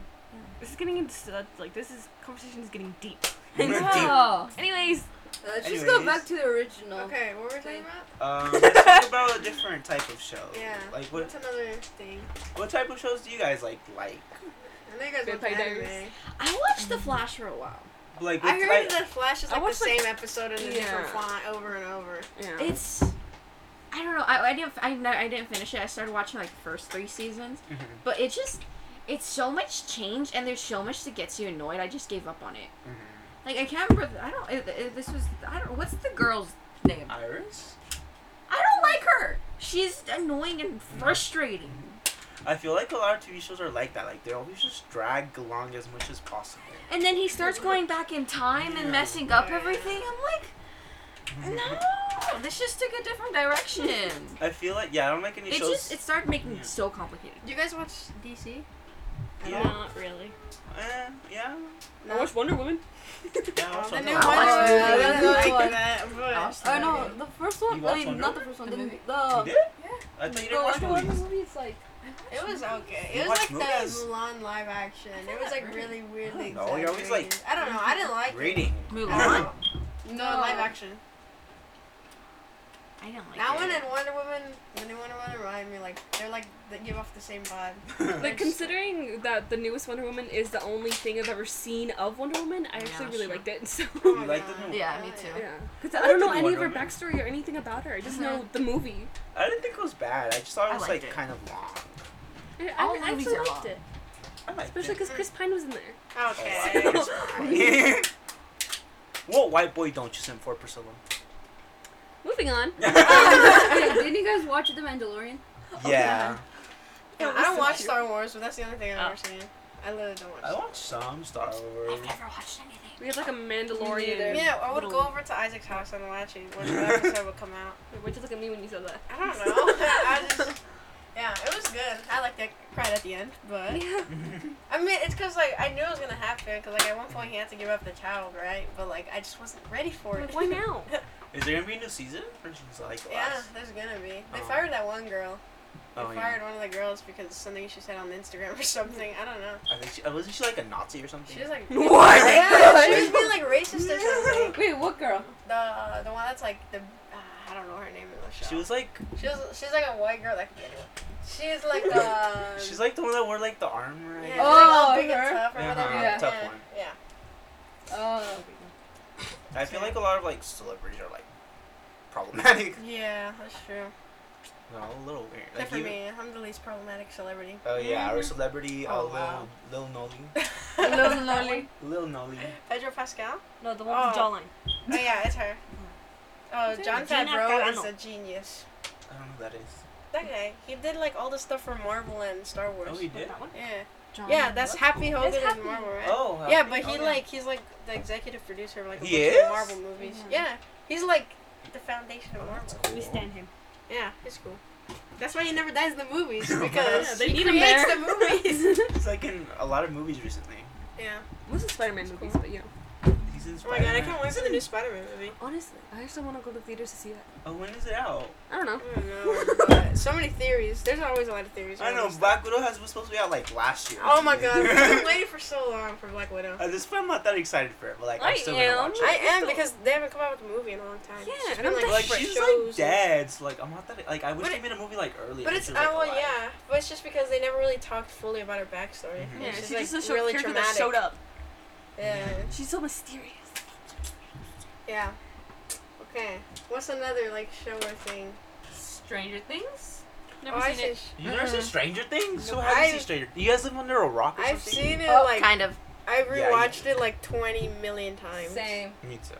This is getting into stuff, like this is conversation is getting deep.
mm-hmm. We're deep.
Wow.
Anyways,
Let's uh, just go
Anyways.
back to the original.
Okay, what were we talking about?
Um, let's talk about a different type of show.
Yeah.
Like what?
What's another thing?
What type of shows do you guys like? Like,
I know you guys watch
Vampire
anime.
Diaries.
I watched The Flash for a while.
like
I
what
heard
type-
that Flash is
I
like the
watched, like-
same episode in a different
Yeah.
font over and over.
yeah.
It's I don't know. I, I didn't I, ne- I didn't finish it. I started watching like the first three seasons,
Mhm,
but it just it's so much change and there's so much that gets you annoyed. I just gave up on it.
mhm.
Like I can't remember. I don't. It, it, this was I don't. What's the girl's name?
Iris.
I don't like her. She's annoying and frustrating.
I feel like a lot of TV shows are like that. Like they always just drag along as much as possible.
And then he starts going back in time and
Yeah.
messing up everything. I'm like, no, this just took a different direction.
I feel like yeah, I don't like any
It
shows.
just it started making
Yeah.
it so complicated.
Do you guys watch DC? At
Yeah.
all?
Not really.
Eh, yeah.
I watched Wonder Woman.
Yeah, I watched
The
Wonder
new
Woman.
one.
watched Wonder
I
Woman.
didn't
I
like
watched-
that,
I
but
watched-
Oh no, the first one.
You
I
watched
mean,
Wonder
not the
Woman?
first one.
The
The,
movie.
the
You did? I thought you
the
didn't watch
Wonder Woman
movies.
movie.
(laughs)
It's like
it was okay.
You
It was
watch
like the
movies?
Mulan live action. It was like really weirdly.
I don't know, you're always, like,
exaggerated. I don't know. I didn't like
Rating.
it.
Mulan.
(laughs) No,
no
live action.
I didn't like
That
it.
one and Wonder Woman, the new Wonder Woman, remind me like they're like they give off the same vibe.
Like considering that the newest Wonder Woman is the only thing I've ever seen of Wonder Woman, I
Yeah,
actually
that's
really
true.
liked it. (laughs) So
(laughs)
Oh
You
my
like the
God.
new one?
Yeah, me too.
yeah, because
I
I don't
liked
know
the
any of her
Wonder Woman.
backstory or anything about her. I just
Mhm.
know the movie.
I didn't think it was bad. I just thought
I
it was like
liked it.
kind of long.
I, I,
All
I
movies
actually
are long.
liked it,
I liked
especially
it.
(laughs) because Chris Pine was in there.
Okay.
Oh, I- (laughs) what white boy don't you send for Priscilla?
Moving on.
Oh, Wait, didn't you guys watch The Mandalorian?
(laughs) yeah.
Yeah, I don't watch Star Wars, but that's the only thing I've
Oh.
ever seen. I literally don't watch.
I watched some Star Wars.
(laughs) I've never watched anything.
We had like a Mandalorian.
Neither.
Yeah, I would
Little-
go over to Isaac's house and watch it
(laughs)
when the episode would come out.
Wait, why'd you look at me when you said that?
I don't know. (laughs) I just, yeah, it was good. I like that cried at the end, but
Yeah.
I mean, it's because like I knew it was gonna happen. Cause like at one point he had to give up the child, right? But like I just wasn't ready for it.
Like, why now?
Is there gonna be a new season? Or is it like the
(laughs) Yeah,
last?
there's gonna be. They
Oh.
fired that one girl. They
Oh yeah.
fired one of the girls because of something she said on Instagram or something. I don't know.
I think she, uh, wasn't she like a Nazi or something?
She
(laughs)
was like,
(laughs) What?
Yeah, she was being like racist or something.
Wait, what girl?
The uh, the one that's like the uh, I don't know her name in the show.
She was like
She was, she's like a white girl. Like she's
(laughs)
like um.
she's like the one that wore like the armor. I
yeah, she's
guess.
like all
Oh,
big and
her.
tough or whatever.
Uh-huh,
Yeah.
tough
yeah.
one.
yeah.
Oh,
I feel like a lot of like celebrities are like problematic. (laughs)
Yeah, that's true.
No, a little weird.
Except
Like
for
even-
me, I'm the least problematic celebrity.
Oh yeah, our celebrity,
Oh,
oh,
wow.
Lil Lil Nolly,
(laughs)
Lil Nolly.
Lil Nolly.
Pedro Pascal.
No, the
one with the
jawline.
Oh yeah, it's (laughs) her. Oh,
Is it
John
Gina
Favreau is
Carano?
a genius.
I don't know who that is.
That guy. He did like all the stuff for Marvel and Star Wars.
Oh, he did.
Yeah.
John.
Yeah, that's
that's
Happy
cool.
Hogan
That's
and
Happy.
Marvel, right?
Oh.
yeah,
happy-
but
oh,
he like he's like the executive producer of like a
He
bunch
is?
of Marvel movies.
Mhm.
Yeah, he's like the foundation of
Oh,
Marvel.
that's cool.
him.
Yeah, he's cool. That's why he never dies in the
(laughs)
movies because
Yeah, they
he
need him
creates
there.
the movies.
He's like in a lot of movies recently.
yeah.
Most of Spider-Man movies, but you know.
He's in
Oh my god, I
Spider-Man.
can't wait for the new Spider-Man movie.
Honestly, I actually want to go to theaters to see that.
Oh, when is it out?
I don't know.
I don't know, but so many theories. There's always a lot of theories.
I
around
know
this stuff.
Black Widow has was supposed to be out like last year.
(laughs) Oh my god,
(laughs)
I've been waiting for so long for Black Widow.
At this point, I'm not that excited for it, but like
I
I'm still
am.
gonna watch it.
I am because they haven't come out with a movie in a long time.
Yeah,
It's just
and I'm
been,
But, like
different
she's like
shows.
dead, so like I'm not that like I wish
But
they
it-
made a movie like earlier.
But
when
it's
she
oh
was, like,
well,
alive.
yeah. But it's just because they never really talked fully about her backstory.
Mhm.
Yeah,
It's
she's
like
just a show
really
character
traumatic.
that showed up.
Yeah.
She's so mysterious.
Yeah. Okay. What's another like show or thing?
Stranger Things.
Oh,
Never
I
seen it.
see-
You never seen Stranger Things? So
Nope.
how do you see
Mm-hmm. I've-
Stranger? You guys live under a rock or
I've
something?
seen it
Oh,
like
kind of.
I've
Yeah, you-
rewatched it like 20 million times.
Same.
Me too.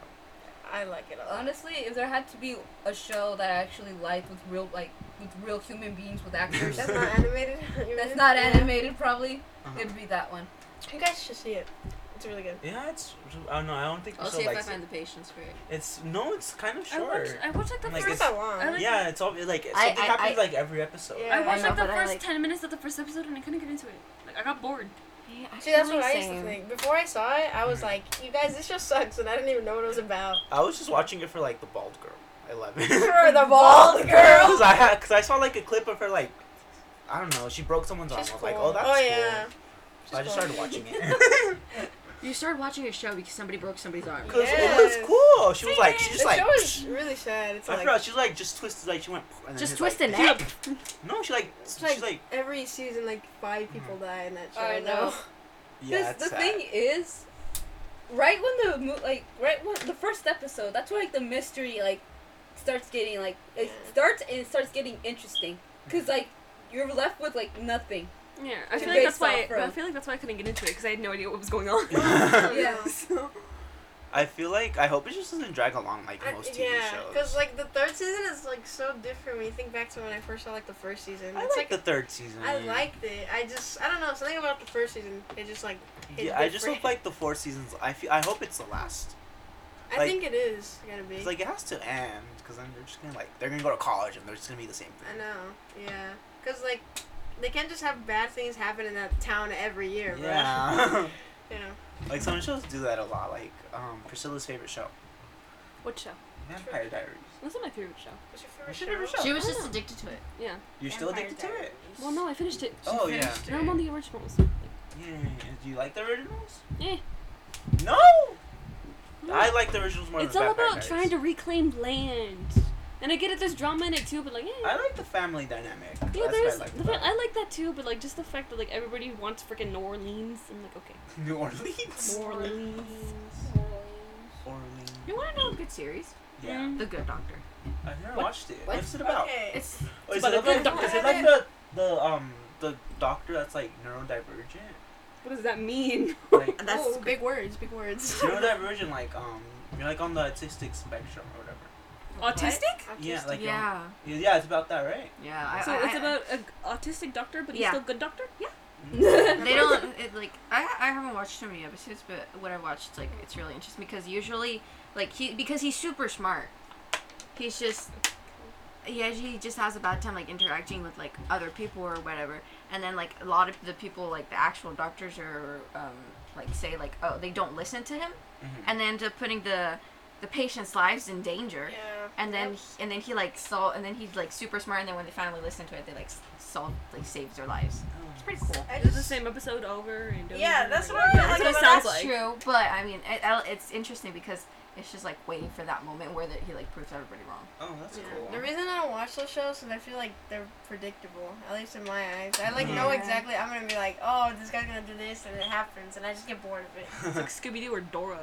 I like it a lot.
Honestly, if there had to be a show that I actually liked with real, like with real human beings, with actors,
That's not animated. (laughs) You
(laughs) that's
mean?
not
Yeah.
animated, probably
Uh-huh.
it'd be that one.
You guys should see it. It's really good.
Yeah, it's. I don't know. I don't think
I'll
so.
see if I
Like,
find the patience for it.
it's no. It's kind of
I
short.
watched, I watched like the
Like,
It's not
first.
it's-
that long.
I like-
yeah, it's all like something
I- I-
happens
I-
like every episode.
Yeah.
I watched
I know,
like the
but I
first
like-
ten minutes of the first episode and I couldn't get into it. Like I got bored.
See, that's what I used to think. Before I saw it, I was like, you guys, this show sucks, and I didn't even know what it was
(laughs)
about. (laughs)
I was just watching it for like the bald girl. I love it. (laughs)
For the bald girl!
Cause (laughs) I had, cause I saw like a clip of her like, I don't know. She broke someone's arm.
She's
I was
cool.
like, oh, that's
oh,
cool.
yeah.
So I
She's
just
cool.
started watching it. (laughs)
You started watching a show because somebody broke somebody's arm.
Cause
Yes.
it was cool. She was like, she
The
just like.
show is really sad. It's
I
like
forgot. She was like just twisted. Like she went. And then
Just
it's,
twist the
like,
neck.
(laughs) No, she like.
It's
She's
like-
like.
every season, like
Mm-hmm.
five people die in that show.
I know.
yeah,
This-
it's
the
sad.
thing is, right when the mo- like right when the first episode, that's where like the mystery like starts getting like it
Yeah.
starts and it starts getting interesting
(laughs)
because like you're left with like nothing.
Yeah, I
It's
feel like
based
that's why.
off
I
(laughs)
from-
feel like that's why I couldn't get into it because I had no idea what was going on.
Yeah.
So-
I feel like I hope it just doesn't drag along like
I-
(laughs) most TV
yeah,
shows.
because like the third season is like so different when you think back to when I first saw like the first season.
I
it's
like,
like,
the third season.
I liked it. I just I don't know something about the first season. It just like it's
Yeah, I just
different.
hope like the four seasons. I feel I hope it's the last.
I
Like-
think it is gotta be.
It's like it has to end because then they're just gonna like they're gonna go to college and they're just gonna be the same
I
thing.
know. Yeah, because like they can't just have bad things happen in that town every year. bro.
Yeah,
(laughs)
(laughs)
you know.
like some shows do that a lot. Like um, Priscilla's favorite show,
What show?
Vampire Diaries.
That's not my favorite show.
What's your
What's
favorite
your
show?
favorite
She was just addicted to it.
Yeah.
You're still addicted to it.
Well, no, I finished it.
Oh yeah.
finished
Now I'm on the originals. Like,
yeah. yeah, yeah. Do you like the originals?
Eh.
No. I like the originals more.
It's
than
all
Vampire
about
Diaries.
trying to reclaim land. And I get it, there's drama in it too, but like, eh.
I like the family dynamic. That's
yeah,
what
there's.
I
I,
like
the
about
fact, I like that too, but like just the fact that like everybody wants freaking New Orleans. I'm like, okay.
it. New Orleans.
New Orleans.
Orleans.
You want to know a good series?
Yeah.
The Good Doctor.
I've never
What?
watched it.
What?
What's it about?
Okay.
It's
Oh, is,
But
it
a good
like,
doctor-
is it like the the um the doctor that's like neurodivergent?
What does that mean?
Like
(laughs) That's
that's
Oh, big words. Big words.
(laughs) neurodivergent, like um you're like on the autistic spectrum or whatever.
(laughs) Autistic?
Yeah,
Autistic.
like you're on-
yeah,
yeah, yeah, it's about that, right?
yeah. I,
So
I,
it's
I-
about an autistic doctor, but he's
Yeah.
still a good doctor?
Mm-hmm.
they don't it, like I, I haven't watched too many episodes but what i watched like it's really interesting because usually like he because he's super smart he's just yeah he just has a bad time like interacting with like other people or whatever and then like a lot of the people like the actual doctors are um like say like oh they don't listen to him
Mhm.
and they end up putting the the patient's lives in danger
Yeah.
and then he- and then he like saw and then he's like super smart and then when they finally listen to it they like s- solved like saves their lives
Oh,
it's pretty cool
I
It's the
just-
same episode over and over.
Yeah, that's
and
what I
over.
feel like
That's what it
about
sounds
that's
like.
true, but I mean, it, I- it's interesting because it's just like waiting for that moment where that he like proves everybody wrong.
Oh, that's
Yeah.
cool. (laughs)
The reason I don't watch those shows is I feel like they're predictable, at least in my eyes. I like know
Yeah.
exactly. I'm gonna be like, oh, this guy's gonna do this, and it happens, and I just get bored of it.
It's like Scooby Doo or (laughs) Dora.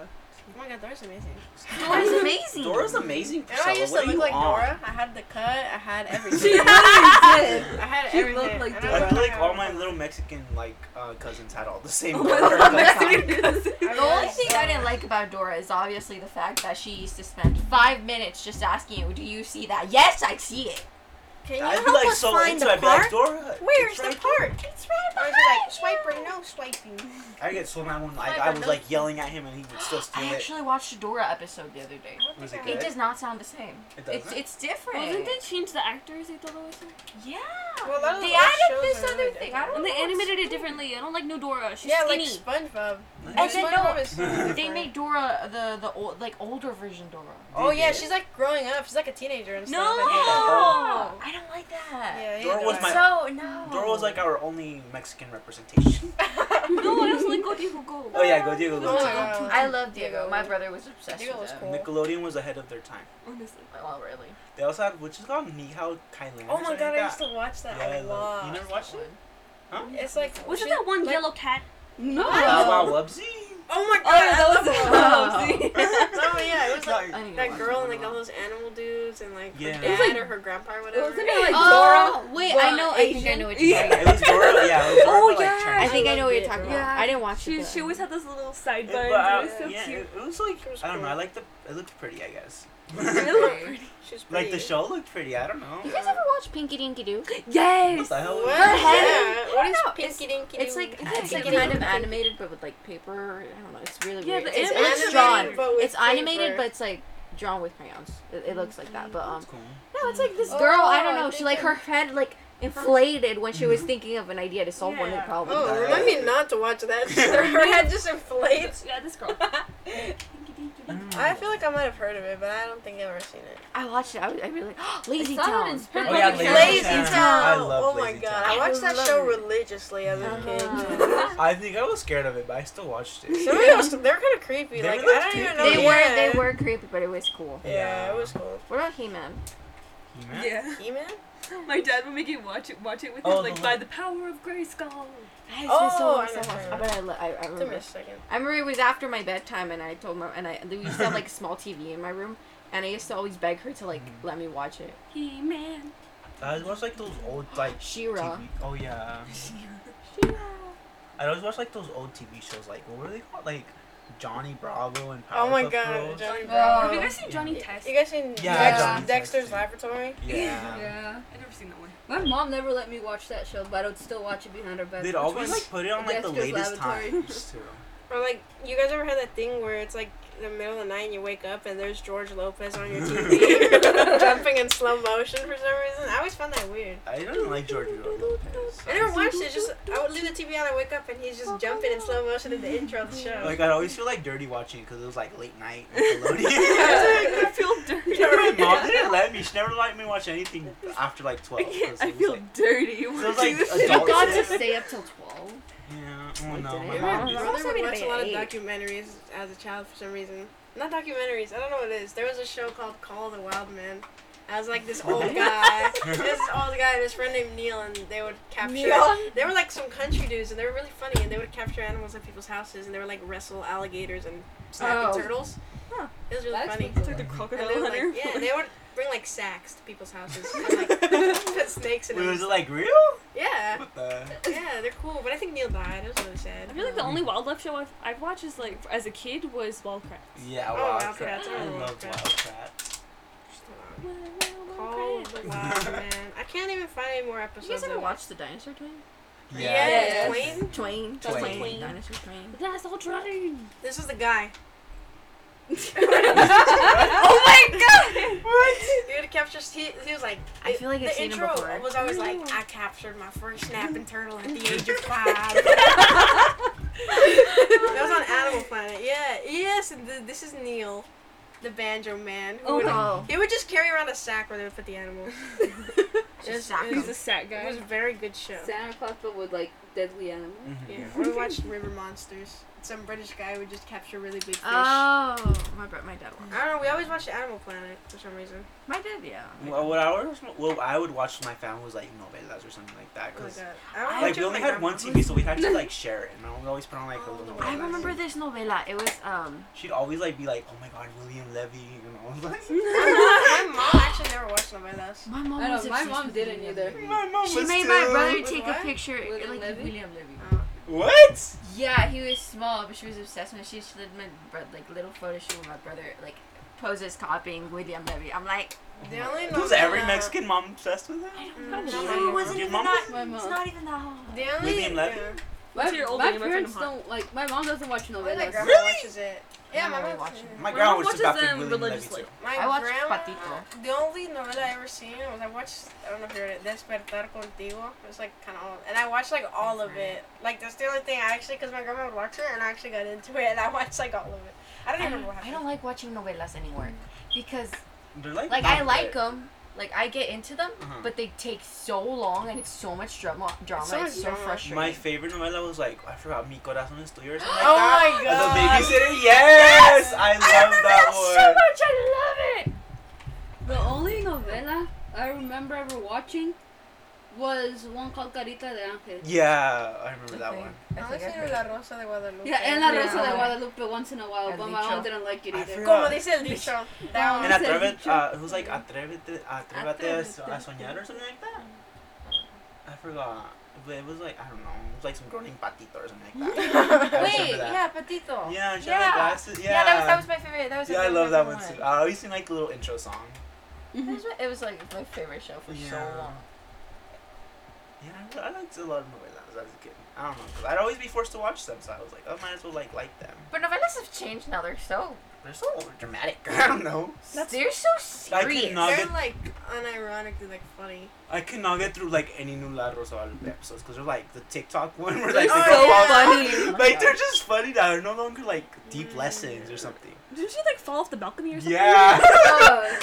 Oh my god, Dora's amazing.
Dora's amazing.
Dora's amazing.
You know, I
Priscilla.
used
What
to
are
look
you
like
on?
Dora. I had the cut. I
(laughs)
had everything.
She really
(laughs)
did.
I had
She
everything.
looked like
I don't
Dora.
I
know
feel like
how
all
I
my
look.
little Mexican like uh, cousins had all the
(laughs)
same.
Oh my
haircut.
god,
That's
Mexican cousin.
I
The only
really
thing
saw
I didn't
it.
like about Dora is obviously the fact that she used to spend five minutes just asking you, "Do you see that?" Yes, I see it.
Can you
I'd
help
be like
us
so
find
into.
the
it, I'd be like
park?
Dora.
Where's
it's
the
right
park?
(laughs)
It's right
Or
behind
is it
you.
like swipe or no swiping?
I get so mad when like
Swipe
I
or
was
no
like
swipe.
yelling at him and he would still steal
I
it.
actually watched a Dora episode the other day.
I don't
Was
think
it
I-
It
good?
does not sound the same.
It
It's
doesn't?
it's different.
Well, didn't they change the actors they thought always were?
Yeah.
Well, a lot of
they
those old
added
shows
this
are
other
really
thing.
different.
I don't know
And they
what's
animated it
cool.
differently. I don't like no Dora. She's
Yeah, like
skinny. (laughs)
SpongeBob.
And then
SpongeBob
no, (laughs)
is so
They
different.
made Dora the the old, like older version Dora.
Oh
They
yeah,
did?
she's like growing up. She's like a teenager and
No!
stuff. I hate that.
Oh.
I don't like that.
Yeah, yeah.
Dora was
no,
my-
So no.
Dora was like our only Mexican
(laughs)
representation. (laughs)
no, I just like Go Diego (laughs) Go.
oh yeah, go Diego.
Oh
Go.
my god.
I love Diego. My brother was obsessed
Diego
with
was
him.
cool.
Nickelodeon was ahead of their time.
Honestly.
Oh really?
They also had, which is called Ni Hao Thailand.
Oh my god, I used to watch that
Yeah,
a
like-
lot.
you never watched it? Huh?
It's like
Was
she-
it that one
like-
yellow (laughs) cat?
Oh,
No.
Bow Wow Wubsy.
Oh my god,
Oh, yeah,
I love
(laughs)
that
(laughs)
was
that.
it.
(laughs) Oh
(laughs)
yeah, it was like
I didn't
that
watch
girl
it
and like
at
all those animal dudes and like
Yeah.
her
It was
dad
like-
or her grandpa or whatever.
Wasn't it like
Oh,
Dora?
wait,
but
I know- I think I
Asian?
know what you're
Yeah.
It was Dora. Yeah, it was Dora.
Oh,
(laughs)
but, like,
yeah.
Chinese.
I think I know what you're talking
about. Yeah. I
didn't watch
(laughs) She she always had those little
It-
sideburns.
but,
It
uh,
was so
yeah,
cute.
it, it was like
It was
I don't know.
cool.
I liked the. It looked pretty, I
(laughs)
guess.
It looked
Okay.
pretty.
She's pretty.
(laughs) like the show looked pretty. I don't know.
You guys ever watch Pinky Dinky Doo?
What
Yes.
the hell?
What?
was
Her
that?
head-
Yeah. What is
I don't know,
Pinky Dinky?
It's
Doo?
like it's like
Pinky
kind of
Dinky.
animated, but with like paper. I don't know. It's really
Yeah,
weird.
the
It's,
It's
it's
animated,
drawn.
but with
It's animated,
paper.
but it's like drawn with crayons. It, it looks like that. But um,
That's cool.
no, it's like this
Oh,
girl. I don't
I
know. Uh-huh. Mm-hmm. She like
think I-
her head like inflated when she was thinking of an idea to solve one of the
Yeah.
problems.
Oh, remind me not to
(laughs)
watch that. her head just inflates.
Yeah, this (laughs) girl.
I feel like I might have heard of it, but I don't think I've ever seen it.
I watched it. I, was, Oh. I really (gasps) like Lazy
saw it
Town. (laughs)
in Spring
Oh, yeah,
Lazy
Lazy
Town.
Town. I love
oh my
Lazy
god,
Town.
I watched that
love
show
it.
religiously as a kid. (laughs)
Uh-huh.
I think I was scared of it, but I still watched it.
Some of those, they were kind of creepy.
They
like
were
I don't even know.
creepy.
They
yeah.
were they were creepy, but it was cool.
Yeah, it was cool.
What about He Man?
He-Man?
yeah. (laughs)
He-Man?
My dad would make me watch it watch it with
Oh,
him like
the
by
one-
the power of Grayskull.
I
Oh,
so long
I
since I
know.
watched- but I, lo- I, I
Took me
remember.
a second.
I remember it was after my bedtime, and I told my and I we used to have like a small TV in my room, and I used to always beg her to like let me watch it.
He man.
I always watched like those old like
Shira.
TV. Oh yeah. I always watched like those old TV shows. Like what were they called? Like Johnny Bravo and Powerpuff
Oh my god,
Girls.
Johnny
Oh.
Bravo.
Have you guys seen
Yeah.
Johnny Test?
You guys seen
Yeah,
Dex-
Johnny
Dexter's
Dexter.
Laboratory?
Yeah.
Yeah.
I've never seen that (laughs) one.
My mom never let me watch that show, but I would still watch it behind her back.
They'd always put it on like the
Dexter's
latest
Laboratory.
times too.
Or like, you guys ever had that thing where it's like the middle of the night and you wake up and there's George Lopez on your
(laughs)
TV (laughs) jumping in slow motion for some reason? I always found that weird.
I don't like George Lopez.
I never watched it. Just I would leave the TV on. I wake up and he's just jumping in slow motion in the intro of the show.
Like I always feel like dirty watching because it was like late night Nickelodeon. (laughs)
(laughs)
I feel dirty.
Never, my mom didn't let me. She never let me watch anything after like twelve. 'cause it
I
was,
feel
like-
dirty.
So it was
(laughs)
like
You
adult
got to
stuff.
stay up till (laughs) twelve.
Yeah. Oh
Like,
no,
did
my
it?
mom.
My
Is,
Yeah.
brother
Probably
would watch a lot of
by eight.
documentaries as a child for some reason. Not documentaries. I don't know what it is. There was a show called Call the Wild Man. I was like this old guy, this old guy, and his friend named Neil, and they would capture. They were like some country dudes, and they were really funny, and they would capture animals at people's houses, and they would like wrestle alligators and snapping
Oh.
turtles.
Huh.
It was really
That's
funny.
cool.
It's like the
And
crocodile
they would,
hunter.
like, yeah, they would bring like sacks to people's houses, and, like (laughs) put (laughs) snakes in
wait, was
them.
it like real?
Yeah,
What the?
yeah, they're cool. But I think Neil died. It was really sad.
I feel like the only wildlife show I've, I've watched is like as a kid was Wildcrats.
Yeah,
Oh,
Wildcats.
Wildcrats, I
I
remember
love Wildcats.
Call
Wildcrats.
the Wild Man. I can't even find any more
You
episodes.
guys ever
of
watch the Dinosaur Twain?
it.
Yes.
Yes.
Yes.
Twain.
Twain.
That's
Twain.
Twain.
Dinosaur Twain.
That's all train.
This is the (laughs) guy.
oh my god!
What? He would capture. He, he was like.
I feel like
the
I've seen him
intro
before.
was always like,
Ooh.
I captured my first snapping turtle at (laughs) the age of five. that was on Animal Planet. Yeah. Yes. and th- this is Neil, the banjo man. Who would,
Oh, no.
he would just carry around a sack where they would put the (laughs) animals. It was-
sack
it
He's
was-
a sad
It was
guy.
a very good show.
Santa Claus, but with like deadly animals.
Yeah,
Mhm.
or we watched River Monsters. Some British guy would just capture really big fish.
Oh, my bro- my dad watched.
I don't know. We always watched Animal Planet for some reason.
My dad, yeah.
Well, what I was, well, I would watch with my family was like novelas or something like that.
Oh my
Cause
God. I don't
I-
like
watch it
we
with
only
my
had one
grandma.
TV, so we had to like share it, and I would always put on like a
Oh,
little.
I
I
novella.
remember this novela. It was um.
She'd always like be like, "Oh my God, William Levy," and I was (laughs) like,
my mom actually never watched novelas.
My mom.
I know,
was
my
obsessed
mom
with
didn't
William
either.
Levy.
"My mom
She
was
made my
too."
brother
With
take
what?
a picture
William
like
Levy?
William Levy.
Oh.
What?
Yeah, he was small, but she was obsessed with. She just did my bro- like little photo shoot with my brother, like poses copying William Levy. I'm like,
The only
Was every
novella-
Mexican mom obsessed with
I
that?
don't
Mm,
know.
no,
She
my mom.
wasn't
Your
even
mom?
that.
My mom.
It's not even that old.
The only
William Levy?
yeah.
My,
What's your old
my
name? I found
parents
him hot.
don't like. My mom doesn't watch
Only my
novelas.
grandma watches it.
My
Yeah, my
mom
mom
watches
watches
it.
it.
My
My
grandma
mom
was
watches
obsessed with
them
William Levy
religiously.
too.
My
I watched
grandma,
Patito.
The only novela I ever seen was I watched I don't know if you heard it, Despertar Contigo. It was like kind of old, and I watched like all of it. Like that's the only thing I actually, because my grandma would watch it, and I actually got into it, and I watched like all of it. I don't
I don't,
even remember what
I
happened.
don't like watching novelas anymore because
They're like,
like
not
I like
good.
them, like I get into them,
Uh-huh.
but they take so long and it's so much drama. Drama,
So much
it's so
drama.
frustrating.
My favorite novella was like I forgot Mi Corazón es tuyo or something like
(gasps) Oh
that.
my
As a
God.
babysitter, yes, I love
I
that
remember that, so
one.
much. I love it.
The only novela I remember ever watching was one called Carita de Angel.
Yeah, I remember that
Okay.
one.
I
I've
think I've
seen
heard
La
it.
Rosa de Guadalupe.
Yeah, and La
Yeah.
Rosa de Guadalupe once in a while,
El
but my mom
Dicho.
didn't like it
I
either.
forgot.
Como dice el dicho. Oh, That
Um,
one.
And
Said
atrévete,
Dicho.
uh, it was like atrévete, atrévete a so- a
Atrévete.
soñar or something like that. I forgot, but it was like I don't know, it was like some girl named Patito or something like
(laughs)
that. I just
Wait,
remember that.
yeah, Patito.
Yeah, she had
Yeah.
like glasses. Yeah,
Yeah, that was that was my favorite. That was
Yeah,
my
I love that one
favorite
too. I always sing like the little intro song.
It was, my- it was like my favorite show for so
Yeah.
long.
Yeah, I, I liked a lot of novelas as a kid. I don't know, because I'd always be forced to watch them, so I was like, I might as well like like them.
But novellas have changed now. They're so
They're so dramatic. (laughs) I don't know.
they're so
I could
serious.
not
They're
get-
like unironically like funny.
I could not get through like any new La Rosa Guadalupe episodes because they're like the TikTok one where like they
Oh,
go
yeah.
off- (laughs)
funny.
like they're just funny now. They're no longer like deep
Mm.
lessons or something.
Didn't she like fall off the balcony or something?
Yeah. (laughs)
Oh.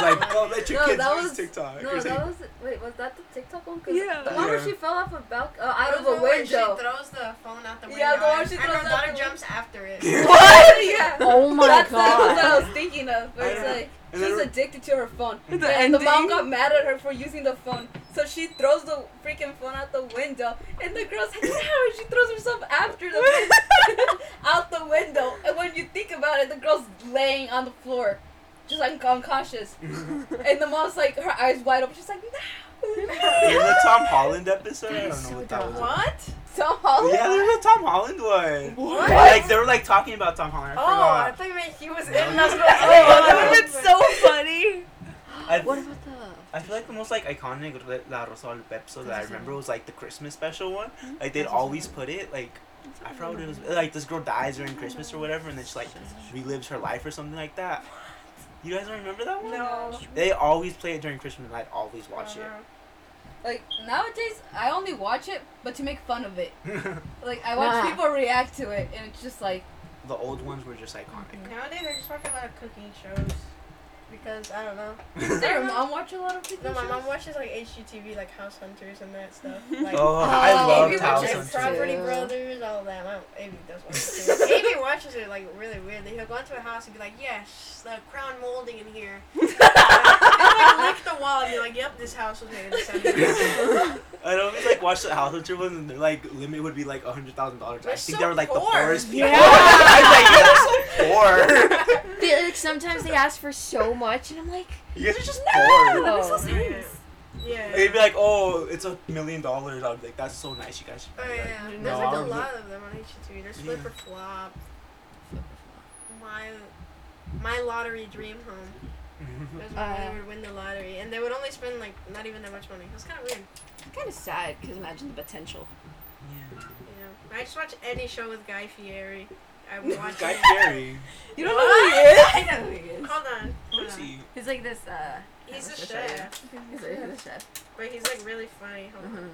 I was like, don't let your
No,
kids
that
use
was-
TikTok.
No,
or
that
something.
was wait. Was that the TikTok one? 'Cause
Yeah.
The one where
Yeah.
she fell off a balcony, uh,
That
out
was
of
the
a
one where
window.
She throws the phone out the window.
Yeah, the one
and-
she
and
throws
her
out
daughter
the
jumps after it.
(laughs) What? Yeah.
(laughs) Oh my
That's
god.
what I was thinking of. Where it's
I know.
like
And
she's
then-
addicted to her phone.
The
and the mom
ending.
got mad at her for using the phone, so she throws the freaking phone out the window. And the girl's like, "How?" And she throws herself after the phone (laughs) out the window. And when you think about it, the girl's laying on the floor, just like
(laughs)
unconscious. And the mom's like, her eyes wide open. She's like, "No." (laughs)
In the Tom Holland episode, I
That
don't know
is so
what that
dumb.
was.
What?
Tom Holland?
Yeah, there's a Tom Holland one.
What?
Like they were like talking about Tom Holland. I
Oh, I
forgot.
thought you meant he was in.
No.
(laughs) and I was like,
Oh,
oh,
that would've
funny.
I,
What about the?
I feel like the most like iconic La- La Rosal episode that I remember was like the Christmas special one.
Mm-hmm.
Mhm.
Like they'd always put it like I forgot what it was like this girl dies during Christmas or whatever and then she like relives her life or something like that. You guys don't remember that one?
No.
They always play it during Christmas and I'd always watch
Like nowadays, I only watch it, but to make fun of it.
it. (laughs)
Like I watch
Nah.
people react to it, and it's just like
the old ones were just iconic.
Nowadays, I just watch a lot of cooking shows because I don't know.
did your mom watch a lot of people?
No, my mom watches like HGTV, like House Hunters and that stuff. Like,
oh, I
Oh,
love
Amy
we
House
watches
Hunters.
Property
too.
Brothers, all that. My, Amy does watch it. too. (laughs) Amy watches it like really weirdly. He'll go into a house and be like, "Yes, the crown molding in here." (laughs) and, like, lick the wall and be like, "Yep, this house was made in the
(laughs)
'70s."
I don't mean, like watch the House Hunter ones and their like limit would be like a hundred thousand dollars. I
They're
think
so
they were like
poor.
the poorest people. (laughs)
Yeah.
I was like,
(laughs)
you're so poor.
But, like sometimes they ask for so much, and I'm like,
You guys are just
Oh,
poor.
no.
yeah.
They'd be like, oh, it's a million dollars. I'd be like, that's so nice. You guys should.
Oh
buy it."
yeah,
Like,
there's
no,
like
I
a
would-
lot of them on HGTV. There's Flip
Yeah.
or Flop, My My Lottery Dream Home.
Mhm.
There's when
Uh.
they would win the lottery, and they would only spend like not even that much money. It was kind of weird,
kind of sad because imagine the potential.
you know. I just watch any show with Guy Fieri. I
Yeah. (laughs)
watch.
Guy
it.
Fieri.
You don't know who
(laughs)
he is? I know who he is.
Hold on.
Who
hold
is
on.
he?
He's like this. uh...
He's
What's
a
the show?
chef,
He's a, he's a chef.
but he's like really funny. Hold on.
Mhm.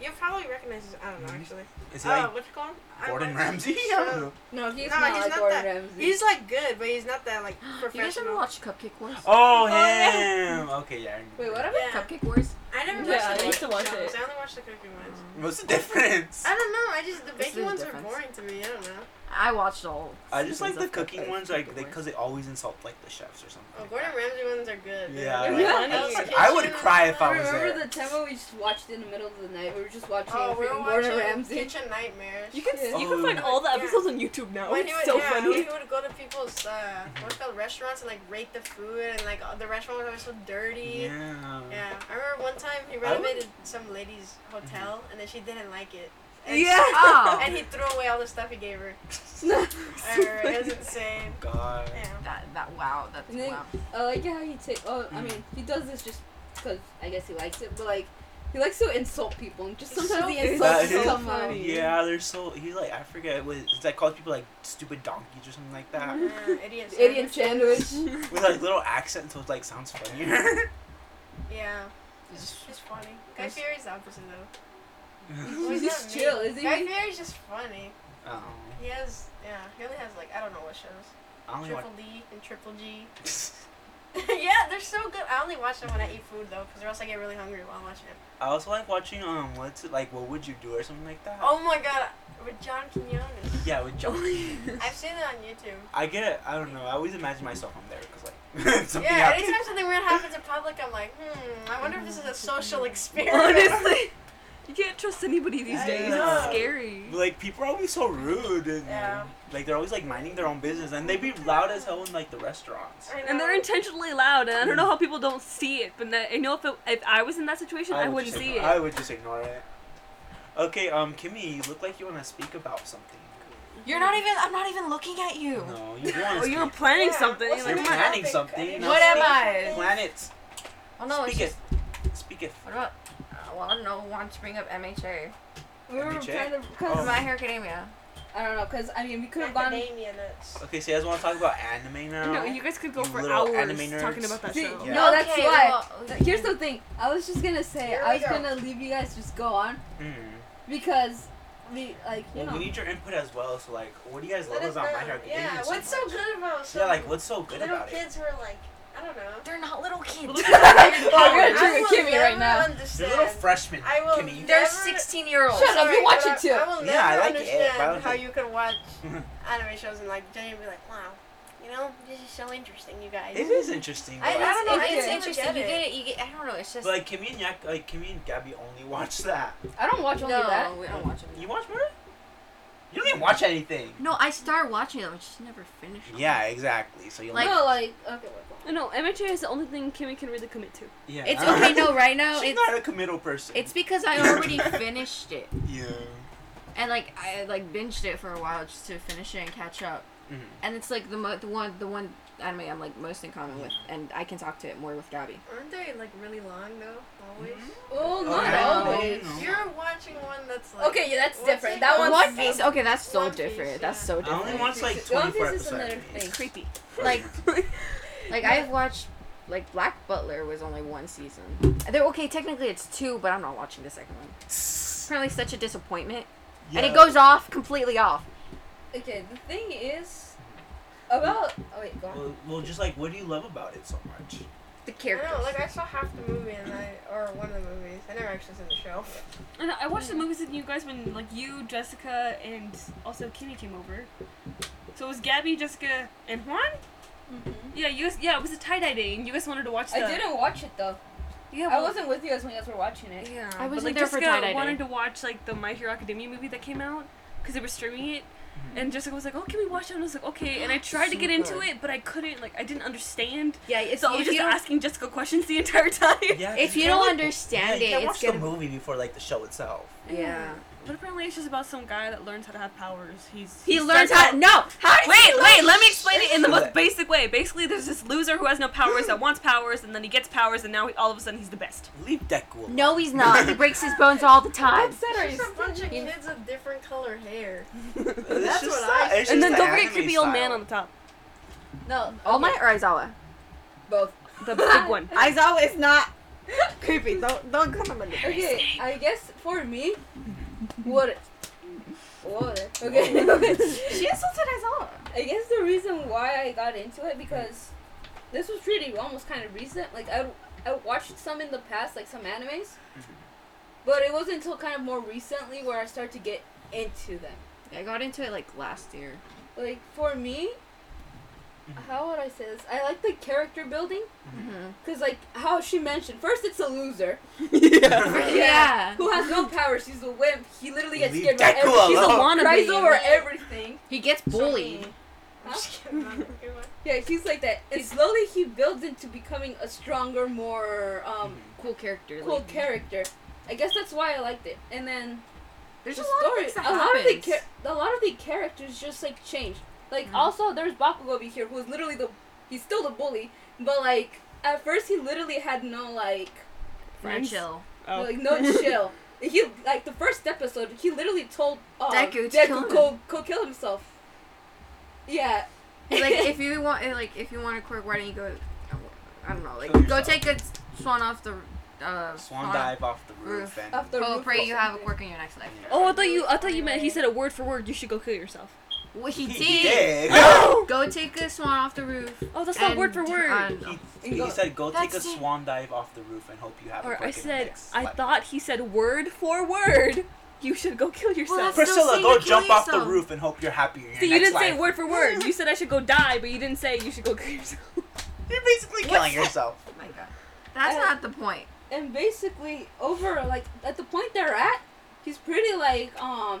You'll probably recognize his. I don't know
Mhm.
actually.
Is
Oh,
he like
what's it called? I
Gordon
watch-
Ramsay? I
Yeah.
don't know.
No, he's
No,
not
he's
like
not
Gordon
that-
Ramsey.
(laughs) He's like good, but he's not that like
(gasps) You guys ever
professional.
watched Cupcake Wars?
Oh, him.
yeah.
Okay, yeah. I remember.
Wait, what about
Yeah.
Cupcake Wars.
I never
Yeah,
watched the
I used to
baking
watch
shows.
it.
I only watched the cooking ones.
What's the difference?
I don't know. I just the
What's
baking
the
ones
difference?
are boring to me. I don't know.
I watched all.
I just like
seasons
the
of
cooking
Cupcake-
ones, like
Cupcake
they,
Wars.
cause they always insult like the chefs or something.
Oh,
like
Gordon
that.
Ramsey ones are good.
Yeah,
They're
like-
funny.
I
would- I would cry if
I
was
remember
there.
the time when we just watched it in the middle of the night. We were just watching
Oh,
it
we
with
were watching
Gordon Ramsay.
Kitchen Nightmares.
You can
Yeah.
you can find
Oh.
all the
Yeah.
episodes on YouTube now.
When
It's
he would,
so
yeah, when
funny.
he would go to people's uh, what's it called restaurants and like rate the food and like all- the restaurant was always so dirty. Yeah.
Yeah.
I remember one time he
I would-
renovated some lady's hotel and then she didn't like it. And
Yeah.
(laughs)
(laughs)
Oh.
And he threw away all the stuff he gave her. (laughs) I
So
remember, it was insane.
God.
Yeah.
That that wow. That's
And then-
wow.
(laughs) I like how he take. Oh, I mean, he does this just because I guess he likes it, but like he likes to insult people. And just
It's
sometimes
so-
the
it's
insults
so
come
funny.
out.
Oh, Yeah, they're so he like I forget what it's like calls people like stupid donkeys or something like that
(laughs)
Yeah, idiot.
Idiot
sandwich.
sandwich.
with like little accents so it like sounds funnier. (laughs)
Yeah.
Just-
It's funny. Guy
Yes.
Fieri's the opposite though. not
He's just
me.
chill, is he?
Guy Fieri's just funny.
oh,
He has, yeah, he only has like I don't know what shows.
I only watch. (laughs)
Triple D and Triple G. yeah, they're so good. I only watch them when I eat food though, because or else I get really hungry while watching it.
I also like watching um what's it like what would you do or something like that.
Oh my god, with John
(laughs)
Quinones.
Yeah, with John. (laughs)
I've seen that on YouTube.
I get I don't know. I always imagine myself on there because like (laughs) something
yeah,
happens.
anytime
(laughs)
something weird happens in public, I'm like, hmm, I wonder if this is a social experiment.
honestly, you can't trust anybody these
I
days.
know.
It's scary.
Like people are always so rude and
Yeah.
like they're always like minding their own business and they be loud as hell in like the restaurants.
I know.
And they're intentionally loud, and I don't know how people don't see it. But that, I know if it, if I was in that situation, I,
would
wouldn't
just
see
ignore-
it.
I would just ignore it. Okay, um, Kimmy, you look like you want to speak about something.
You're not even. I'm not even looking at you.
No, you do want
Oh,
to
you were
speak.
planning
Yeah,
something.
what's
You're
like,
the
come on.
planning
topic?
something,
I
no,
What am
speak
I?
something.
Planets.
Oh no, it's
speak
just.
it. Speak it.
What about? Uh, well, I don't know. Want to bring up MHA?
We were
Check.
trying to
Oh.
because
My Hero Academia.
I don't know because I mean we could have gone.
Macadamia nuts.
Okay, so you guys want to talk about anime now?
No, you guys could go
You
for
little
hours
anime
talking
nerds.
about that
See,
show.
Yeah.
No, that's
Okay,
why.
well,
Th- Here's the thing. I was just gonna say
Here
I
we
was
go.
gonna leave you guys just go on
Mm.
because we like you
Well,
know
we need your input as well. So, like, what do you guys love
Let us
about
know.
My Hero Academia?
Yeah, what's so
much?
good about some
Yeah, like what's so good
little
about it?
kids who are like, I
(laughs)
don't know.
They're not little kids.
Oh, you're
I
gonna trigger
will
Kimmy right
never
now.
They're
Understand.
little freshmen.
I will
Kimmy.
(laughs) They're
Never-
16 year olds.
Shut up, you watch
but
it too.
I, I will
Yeah,
never
I like it, but I
understand
don't
how
think-
you can
(laughs)
watch anime shows and like genuinely be like, wow, you know, this is so interesting, you guys.
it
(laughs)
is interesting.
I, I
but, like,
don't know. I
It's
just
It's
okay.
never
interesting. You
Get it.
get it. You get. I don't know. It's just.
but, like Kimmy and Yak, like Kimmy and Gabby only watch that.
I don't watch
no,
only that.
we don't watch them.
You watch more? You don't even
Mm.
watch anything.
No, I start watching them. I just never finish. them.
Yeah, exactly. So you
Like-
no, like okay. Well,
No, MHA is the only thing Kimmy can really commit to.
yeah. (laughs)
It's okay. No, right now
She's
it's
not a committal person.
it's because I already finished it.
yeah.
and like I like binged it for a while just to finish it and catch up.
Mhm.
And it's like the mo- the one the one anime I'm like most in common with, and I can talk to it more with Gabby.
Aren't they like really long though? Always.
Oh, not
Okay.
always.
No.
You're watching one that's like.
Okay, yeah, that's
What's
different.
it
That
called?
One
one's
Piece. Okay, that's so
One Piece,
different. That's
yeah.
so
I
different.
only watched like
One
24
Piece is
episodes.
another thing.
creepy.
(laughs)
like
(laughs)
like I've watched like Black Butler was only one season. They're okay. Technically, it's two, but I'm not watching the second one. Apparently, such a disappointment, and it goes off completely off.
Okay, the thing is about. Oh wait, go on.
Well, well, just like, what do you love about it so much?
The
I don't
characters.
know, like I saw half the movie and I, or one of the movies. I never actually seen the show.
And I watched the movies with you guys when, like, you, Jessica, and also Kimmy came over. So it was Gabby, Jessica, and Juan.
Mhm.
Yeah, you. Guys, yeah, it was a tie dye day, and you guys wanted to watch.
I
the-
didn't watch it though.
Yeah,
I
well,
wasn't with you guys when you guys were watching it.
Yeah.
I
But,
wasn't
like,
there for
Jessica
tie dye
wanted
day.
to watch like the My Hero Academia movie that came out because they were streaming it,
Mm-hmm.
and Jessica was like, "Oh, can we watch it?" And I was like, "Okay." And I tried to
So
get into
good.
it, but I couldn't. Like, I didn't understand.
Yeah, it's
So I was
if you
just
don't,
asking Jessica questions the entire time.
Yeah.
if you
can't,
don't
like-
understand
yeah, you can't
it, it's
watch
gonna
the movie before like the show itself.
Yeah.
But apparently, it's just about some guy that learns how to have powers. He's
He learns how.
starts out-
no, how did
Wait,
he learn-
wait, let me explain it in the
(laughs)
most
Shit.
basic way. Basically, there's this loser who has no powers that wants powers, and then he gets powers, and now he, all of a sudden he's the best.
Leave Deku. alone.
No, he's not. He breaks his bones all the time.
Upset are you
It's just a bunch of
still-
kids with different color
(laughs)
hair.
It's
That's
just
what
that-
I-
it's just
and then
that
don't forget
anime
creepy old man
style.
on the top,
No,
All Might Oh or Aizawa?
both.
(laughs) the
(laughs)
big one.
Aizawa is not creepy. Don't don't come on
Okay, I guess for me, what? What? Okay. (laughs) okay.
She insulted Aizawa.
I guess the reason why I got into it because this was pretty almost kind of recent. Like I, I watched some in the past, like some animes, but it wasn't until kind of more recently where I started to get into them.
I got into it like last year.
Like for me, how would I say this? I like the character building
Mm-hmm.
because, like, how she mentioned, first it's a loser
(laughs) Yeah.
who has no power. She's a wimp. He literally gets
Leave
scared
Deku
by everything. She's
He's a
alone.
a
wannabe.
cries over
Yeah.
everything.
He gets bullied. (laughs)
I'm just kidding. I'm not- Good one.
Yeah, he's like that. And slowly he builds into becoming a stronger, more um,
Cool character.
cool
like-
character. I guess that's why I liked it. And then
There's
the
a lot
story,
of things that
a lot of the
happens.
char- a lot of the characters just like changed. Like
Mhm.
also there's Bakugo over here who's literally the he's still the bully, but like at first he literally had no like
Friends.
Oh.
like no chill. He like the first episode he literally told uh,
Deku to kill him.
go, go kill himself. Yeah.
He's like if you want, eh, like if you want a quirk, why don't you go? I don't know. Like
Kill
go
yourself.
take a s- swan off the uh,
Swan dive off the roof
Roof.
and.
Off the
Oh,
roof
pray
or
you have a
something.
quirk in your next life.
Oh, I thought you. I thought you meant he said a word for word. You should go kill yourself.
Well, he,
He did. (laughs)
did.
No!
Go take a swan off the roof.
Oh, that's not word
and- um,
for word.
I don't know.
He, he said, "Go take a
That's it.
swan dive off the roof and hope you have." a
or I
freaking
said.
next
I
life."
thought he said word for word. (laughs) You should go kill yourself.
that's- Still
Priscilla,
saying
go
to kill
jump off the
yourself.
roof and hope you're happy. in your
See, you
next
didn't say
life.
it word
(laughs)
for word. You said I should go die, but you didn't say you should go kill yourself.
You're basically killing yourself.
Oh my god, that's
I-
not the point.
and basically over like at the point they're at, he's pretty like um,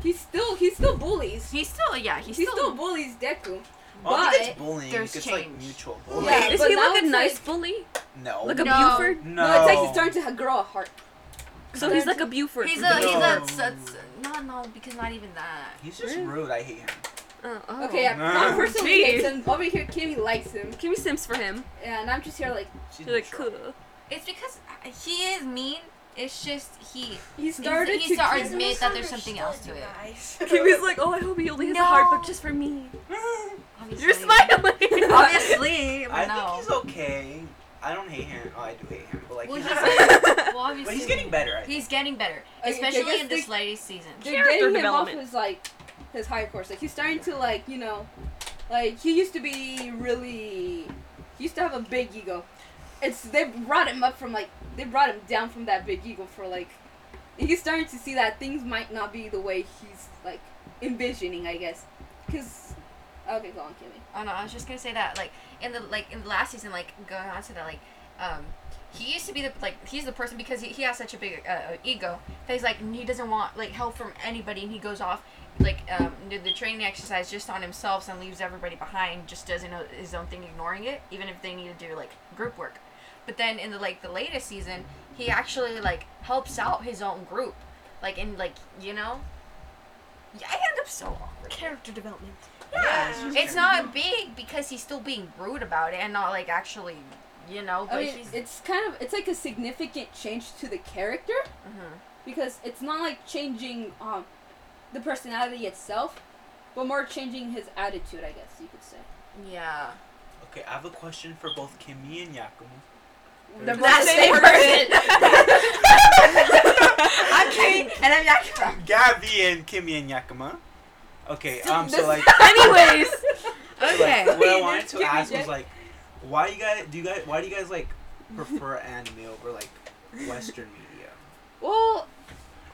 he's still he still bullies.
He's still yeah.
He
He's
still,
still.
bullies Deku.
Well, I think it's
But
bullying.
there's
it's like
change.
mutual bullying.
Yeah,
Is
but
he
now
like a
it's
nice
like-
bully?
No.
Like a
Oh, No.
Buford?
no.
No, it's like he's starting to grow a heart.
So he's like a Buford.
He's a he's
No.
a, s- s- no no because not even that.
He's just
Really?
rude. I hate him.
Oh, oh.
Okay, yeah,
Nah.
Tom personally
Jeez.
hates him. Over here, Kimmy likes him,
Give me Sims for him.
and I'm just here like
She's
You're like,
mature.
cool.
It's because uh, he is mean. It's just he.
he started
he's
to
our-
kiss-
admit that there's something else to it.
(laughs) Misunderstood, you guys.
Kimmy's like, oh, I hope he only has a heart, but
No.
just for me.
Obviously.
You're
(laughs)
smiling.
Obviously,
I
no.
think he's okay. I don't hate him. Oh, I do hate him. But like,
Well,
he's
he's-
not-
(laughs) well, obviously.
but he's getting better. I think.
He's getting better,
Okay,
especially
okay,
in this
just-
latest season.
They're
Character
getting him off
development.
his like his high course. Like he's starting to like you know, like he used to be really, he used to have a big ego. It's they brought him up from like they brought him down from that big ego for like. He's starting to see that things might not be the way he's like envisioning, I guess. Cause, okay, go on, Kimmy.
Oh no, I was just gonna say that like in the like in the last season, like going on to that, like um he used to be the like he's the person because he, he has such a big uh, uh, ego that he's like he doesn't want like help from anybody and he goes off like um did the training exercise just on himself and leaves everybody behind just doesn't know his own thing ignoring it even if they need to do like group work but then in the like the latest season he actually like helps out his own group like in like you know Yeah, I end up so awkward.
Character development.
Yeah, it's just
It's
character
not big because he's still being rude about it and not like actually, you know.
Oh,
But
I mean,
he's.
it's kind of it's like a significant change to the character
Mhm.
because it's not like changing um the personality itself, but more changing his attitude, I guess you could say.
(laughs) Yeah.
Okay, I have a question for both Kimmy and Yakumo.
They're both
That's
the same person.
I'm King and I'm Yakima.
Gabby and Kimmy and Yakima. Okay, um, so
This-
like,
(laughs) Anyways,
(laughs)
Okay.
like, what I
Wait,
wanted
this
to
Kimmy
ask was
Jack-
like, why you guys do you guys why do you guys like prefer (laughs) anime over like Western media?
Well,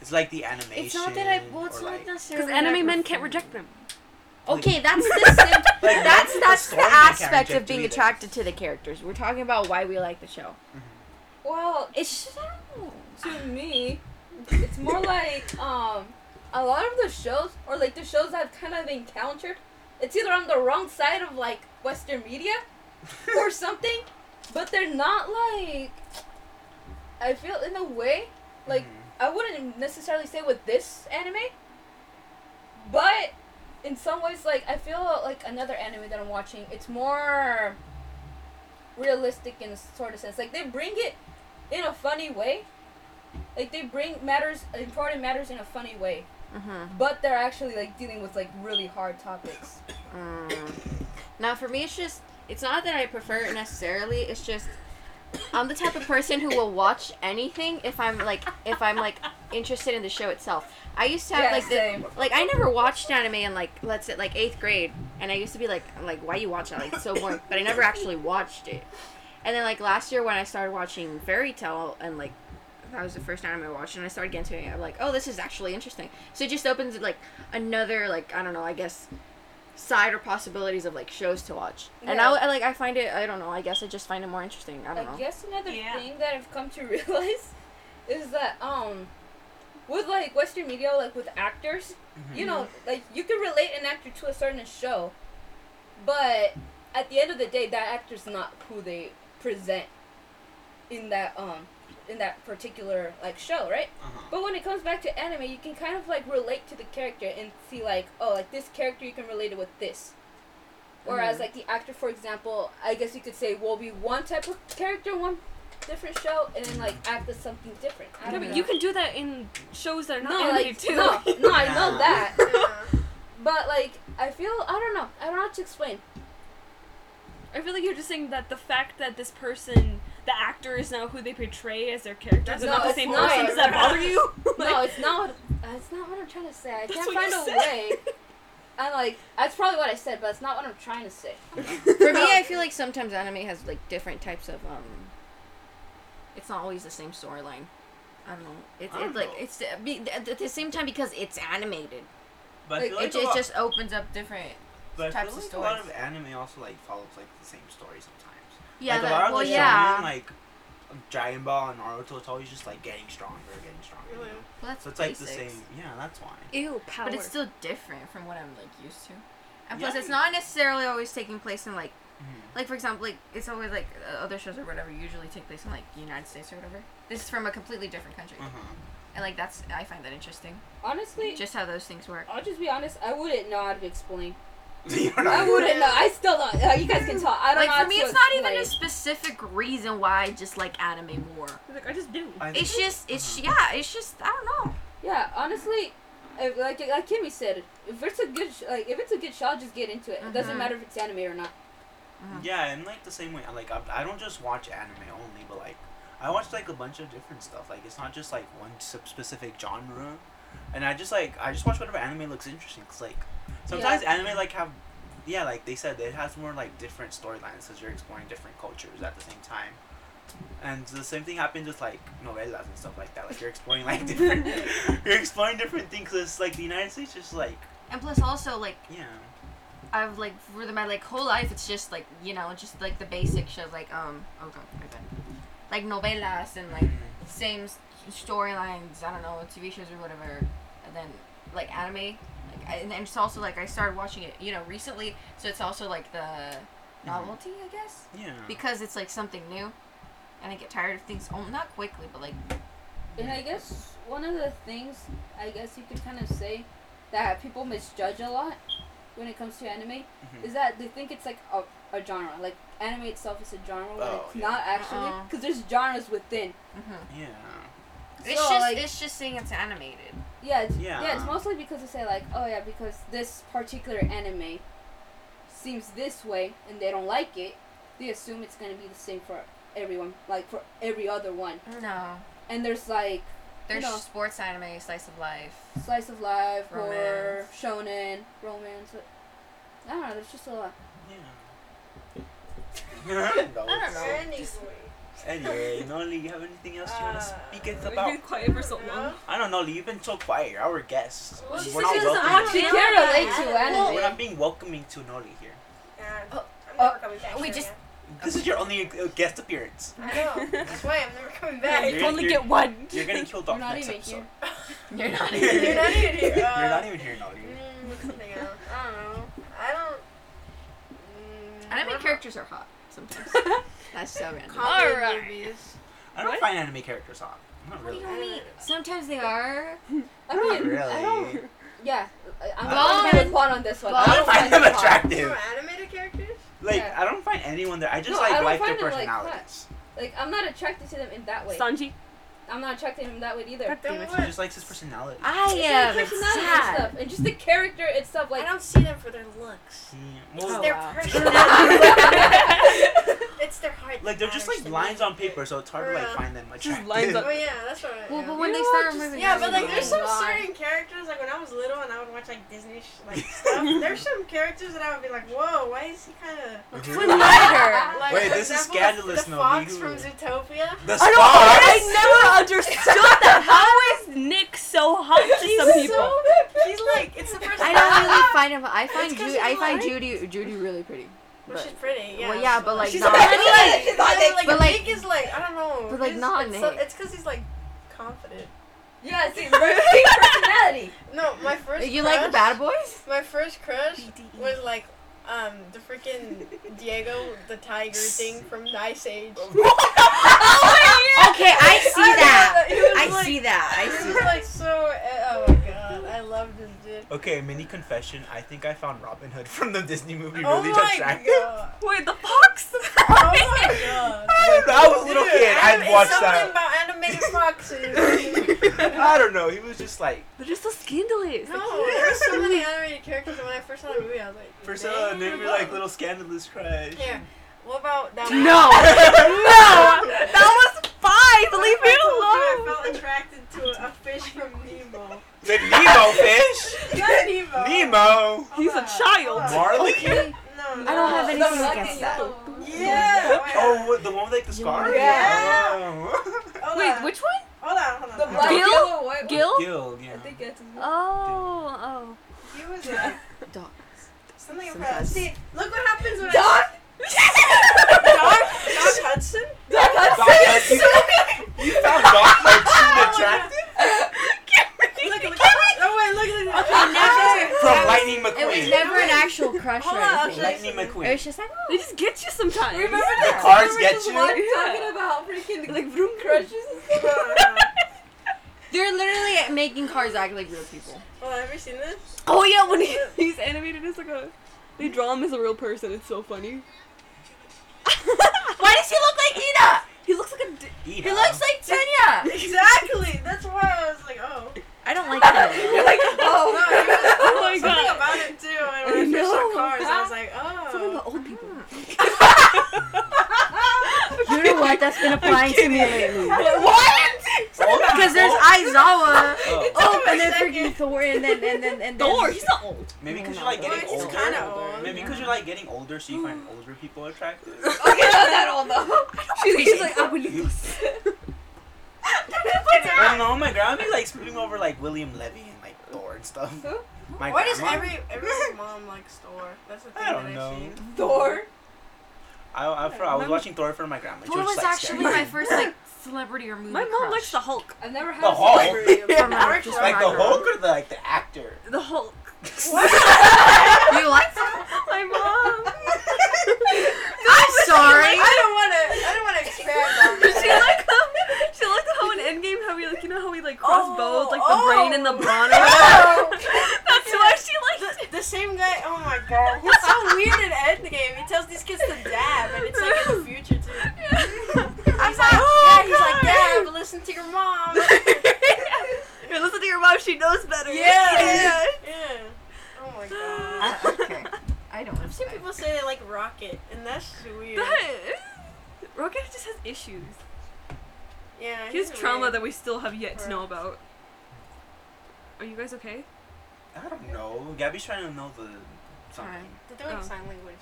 It's like the animation.
It's not that I. Well,
or,
it's
like,
not necessarily.
because anime
that
men
I-
can't reject them.
Okay,
(laughs)
that's the sim-
Like,
that's
the
that's the
story I can't
aspect of
reject
being
either.
attracted to the characters. We're talking about why we like the show.
(laughs)
mm-hmm.
well,
It's just, I don't know.
to me, it's (laughs) more like um a lot of the shows or like the shows I've kind of encountered, it's either on the wrong side of like Western media or something, but they're not like I feel in a way like
Mhm.
I wouldn't necessarily say with this anime, but in some ways, like I feel like another anime that I'm watching, it's more realistic in a sort of sense. Like they bring it in a funny way, like they bring matters, important matters, in a funny way,
Mm-hmm.
but they're actually like dealing with like really hard topics.
Mm. Now, for me, it's just it's not that I prefer it necessarily. It's just I'm the type of person who will watch anything if I'm like if I'm like interested in the show itself. I used to have
Yeah,
like the
same.
like I never watched anime in like let's say like eighth grade, and I used to be like like why you watch that like it's so boring, but I never actually watched it. And then like last year when I started watching Fairy Tale and like that was the first anime I watched, and I started getting into it. I'm like, oh, this is actually interesting. So it just opens like another like I don't know I guess side or possibilities of like shows to watch. And I,
Yeah.
I like I find it I don't know I guess I just find it more interesting. I don't
I
know.
guess another
Yeah.
thing that I've come to (laughs) realize is that um with like Western media, like with actors, you know, like you can relate an actor to a certain show, but at the end of the day, that actor's not who they present in that um in that particular like show, right?
Uh-huh.
But when it comes back to anime, you can kind of like relate to the character and see like, oh, like this character you can relate it with this. Whereas
Mm-hmm.
Mhm.
like the actor, for example, I guess you could say will be one type of character, one different show, and then like act as something different. I
No,
don't
but
know.
you can do that in shows that are not
no,
anime
like
too.
no, no, I
Yeah.
know that,
Yeah.
but like I feel I don't know, I don't know how to
(laughs)
explain.
I feel like you're just saying that the fact that this person, the actor, is now who they portray as their characters, and
No,
not the
it's
same
not.
person. Does that bother (laughs) you?
no, it's not. What, it's not what I'm trying to say. I
That's
can't
what
find
you
a
said. (laughs)
way. I'm like that's probably what I said, but it's not what I'm trying to say.
For (laughs) me, I feel like sometimes anime has like different types of um. It's not always the same storyline. I don't know. It's
I don't
it's like
know.
it's uh, be- at the- at the same time because it's animated.
But I
Like,
feel like
it,
a
it
lot-
just opens up different.
but I
types
feel
of
like a lot of
stories.
anime also like follows like the same story sometimes.
Yeah.
like
that-
a lot of
well,
the
yeah.
shonen, like Dragon Ball and Naruto, it's always just like getting stronger, getting
(laughs)
stronger. you
Really?
know?
Well, that's
So it's like the
basics.
same. Yeah, that's why.
Ew, power.
But it's still different from what I'm like used to. And plus,
Yeah.
it's not necessarily always taking place in like
Mhm.
like for example like it's always like uh, other shows or whatever usually take place in like the United States or whatever. This is from a completely different country,
Uh-huh.
and like that's I find that interesting.
Honestly,
Just how those things work.
I'll just be honest. I wouldn't know how to explain.
Mm-hmm.
(laughs) You're
I
not-
wouldn't know. I still don't. Uh, you guys can tell. I don't know.
Like
how
for me,
to
it's not even a
explain.
specific reason why I just like anime more.
like I just do.
I think-
It's just, it's
uh-huh.
yeah, it's just I don't know.
Yeah, honestly, if, like like Kimmy said, if it's a good sh- like if it's a good shot, just get into it. It
Mhm.
doesn't matter if it's anime or not.
Yeah, and like the same way, I like I, I don't just watch anime only, but like I watch like a bunch of different stuff. Like it's not just like one sub- specific genre, and I just like I just watch whatever anime looks interesting. Cause like sometimes anime like have, yeah, like they said it has more like different storylines because you're exploring different cultures at the same time. And the same thing happens with like novellas and stuff like that. Like you're exploring like different, (laughs) you're exploring different things. 'cause it's like the United States is like
And plus, also like
yeah,
I've like for the, my like whole life, it's just like you know, just like the basic shows like um oh god, my bad. like novelas and like
Mm-hmm.
same s- storylines. I don't know TV shows or whatever, and then like anime. Like I, and then it's also like I started watching it you know recently, so it's also like the
Mm-hmm.
novelty, I guess.
yeah.
because it's like something new and i get tired of things oh, not quickly but like
And I guess one of the things I guess you could kind of say that people misjudge a lot when it comes to anime
Mhm.
is that they think it's like a, a genre. Like anime itself is a genre, when
Oh,
it's
yeah.
not actually.
Uh-uh.
Because there's genres within.
Mm-hmm.
Yeah.
It's
So,
just
like-
it's just saying it's animated.
Yeah, it's, yeah. It's
Yeah.
mostly because they say like, oh yeah, because this particular anime seems this way, and they don't like it. They assume it's gonna be the same for everyone, like for every other one.
No,
And there's like
there's
No.
sports anime, slice of life.
slice of life, horror,
Romance.
shonen, romance. but- I don't know. There's just a lot.
Yeah. That
I
was-
don't know.
Anyway, Nolly, you have anything else you want
Uh,
to speak it
We've
about?
been quiet for so long.
I don't know, Lee, you've been so quiet. You're our guest.
Well,
We're
she
not
said she doesn't
welcoming-
watch
She
Yeah,
can't
but
relate to
anime-
anime.
We're not being welcoming to Nolly here.
Oh,
I'm
oh,
never coming back.
we
here
just-
again.
This is your only uh, guest appearance.
I know. That's why I'm never coming
Yeah, (laughs)
back.
you're- you're-
one.
You're getting killed
You're
off
not
next
even
episode.
here.
You're not
You're
You're not even here. Uh,
You're not even here, Nolly.
Mm, what's something else? I don't know. I don't.
(laughs)
Mm,
Anime
what
characters are hot
(laughs)
sometimes. That's so random.
about comedy
Alright.
movies?
I don't
What?
find anime characters hot. Not really.
I don't know.
Sometimes they are.
I
Not
mean,
really.
I don't. Yeah, I- I'm
Well,
going to be with Juan on this one.
well,
I
I
don't
don't
find them
it hot.
From
attractive.
animated characters?
Like,
Yeah.
I don't find anyone there. I just
No, I
like
don't
like their
find them, like, hot.
personalities.
Like, I'm not attracted to them in that way.
Sanji.
I'm not attracted to him that way either.
God damn
Then
it.
He
what?
just likes his personality.
I
It's their
am.
personality and
sad.
stuff, and just the character itself.
I
Like,
don't see them for their looks.
Yeah.
It's
Well,
Oh,
their
wow.
(laughs)
personality. it's their heart.
like they're just like lines on paper, so it's hard to like find them attractive.
lines
Oh
(laughs)
on-
yeah, that's what. I
Well,
yeah.
but when
You
they
know,
start
just-
moving,
Yeah, but like there's some
Oh, God.
certain characters like when I was little and I would watch like Disney sh-
(laughs)
like stuff. there's some characters that I would be like, whoa, why is he kind
(laughs)
of
Wait,
(laughs) like?
Wait,
for
this is
example,
scandalous,
The,
no,
the fox
you-
from Zootopia.
The
I don't.
spots.
I never understood
(laughs)
that. How is Nick so hot to some
He's
people?
so he's like it's the first.
I don't
(laughs)
really find him. I find
It's 'cause
Judy. I
you
find
like-
Judy. Judy really pretty.
Well,
But,
she's pretty. Yeah.
well, yeah, but like
she's
not.
not. Like,
She's
she's
not Nick.
like,
But, like-
Nick is like I don't know.
but, like,
he's-
not
it's so-
Nick.
It's because he's like
(laughs)
confident.
yeah,
(laughs)
see, big personality.
No, my first.
you
crush,
like the bad boys?
My first crush
E.
was like um the freaking Diego
(laughs)
the tiger thing from Nice Age.
Oh.
Okay, I see that.
He was
I
like-
see that. I
He
see
was
that.
like so. Uh, oh my god, I love this dude.
(laughs) Okay, mini confession. I think I found Robin Hood from the Disney movie
oh
really
my
attractive.
god.
Wait, the fox.
(laughs) Oh
(laughs)
my god.
When I was a little
Dude,
kid, I'd
anim-
watch
it's something
that.
about
(laughs)
animated
(laughs)
foxes.
I don't know. He was just like
They're just so scandalous.
no, there's so many animated characters. and When I first saw the movie, I was like,
Priscilla, and then
"Damn."
we like little scandalous crush. (laughs)
Here, what about that? one? (laughs)
No, no, that was fine.
What
Leave
if
me
I told you
alone.
I felt attracted to a fish from Nemo.
The Nemo fish.
Not Nemo.
(laughs) Nemo.
He's a child.
Marley.
No, no.
I don't have
The
anything
black
against
and
that.
yellow.
Yeah. wait,
Oh, what, the one with like the scar.
Yeah.
Oh.
Hold
Wait,
on.
which one?
Hold on, hold on.
The
hold
black,
Gil?
yellow,
(laughs)
white.
Gil?
Guild. Oh. Yeah.
I think that's.
Oh, oh.
on. He was like
Dog.
something
Some
about.
guys.
See, look what happens when
Dog.
I. Doc. Doc Hudson.
Doc Hudson. You found Doc
(laughs)
Hudson attractive
Look, look. Oh wait, look. look, look. Okay, never.
from Lightning
It was
McQueen.
never an actual crush or
Hold on,
anything.
okay.
Lightning
It
McQueen.
was just like,
They
oh.
just get you sometimes.
Remember
The
that?
cars
Remember
get
just
you?
Juan (laughs)
Yeah.
talking about freaking like room (laughs) crushes. and stuff?
They're literally making cars act like real people.
Well, have you seen this?
Oh yeah, when he, (laughs) he's animated as like a, they draw him as a real person. It's so funny.
Why does he look like Ina?
(laughs) He looks like a. Di-
He looks like Tenya.
Exactly. That's why I was like, oh.
I don't like Tenya.
You're
(laughs)
like,
No,
oh,
he was-
oh my
Something
god.
about it too. And when I first
No.
saw cars, I was like,
Something
oh.
about old people.
You know what? That's been applying to me lately.
What?
Because there's Aizawa,
Oh.
oh, and then
Second.
freaking Thor, and then and then and then.
Thor. He's not old.
Maybe because you're like
Well,
getting
Well, he's
older.
kind of old.
Maybe because you're like getting older, so you find
Mm.
older people attractive.
(laughs)
Okay, not that old though. (laughs)
She's, he's like,
Oh,
I would.
I don't know. oh My grandma be like screaming over like William Levy and like Thor and stuff.
Who?
My
(laughs) Why does
grandma?
every every mom like store? That's the thing
I
that
don't
I've
know.
seen.
Thor.
I, I, I, I was watching Thor for my grandma. She
Thor was
like,
actually
staring.
my first like celebrity or movie.
My mom likes the
crush.
Hulk.
I've never had
The
a
Hulk.
celebrity.
From,
Like
like, just
like
my
the
grandma.
Hulk or the like the actor.
The Hulk.
You like? that?
My mom.
I'm sorry.
(laughs) I don't want to. I don't want to expand on
(laughs) she
this.
like how she liked how in Endgame how we like you know how we like cross
Oh,
bones like the
oh.
(laughs) brain and the brawn.
Oh.
That's (laughs)
weird in Endgame. He tells these kids to dab, and it's like in the future too.
I'm "Oh,
He's like, yeah, he's like, dab, listen to your
(laughs)
mom.
You're listening to your mom. She knows better. (laughs)
Yeah. yeah. Oh my
Uh,
god.
okay. I don't.
I've seen people say they like Rocket, and that's weird.
Rocket just has issues.
yeah.
He
he's
has trauma
weird.
that we still have yet to know
Right.
about. Are you guys okay?
I don't know. Gabby's trying to know the something.
They're doing
Oh.
sign language.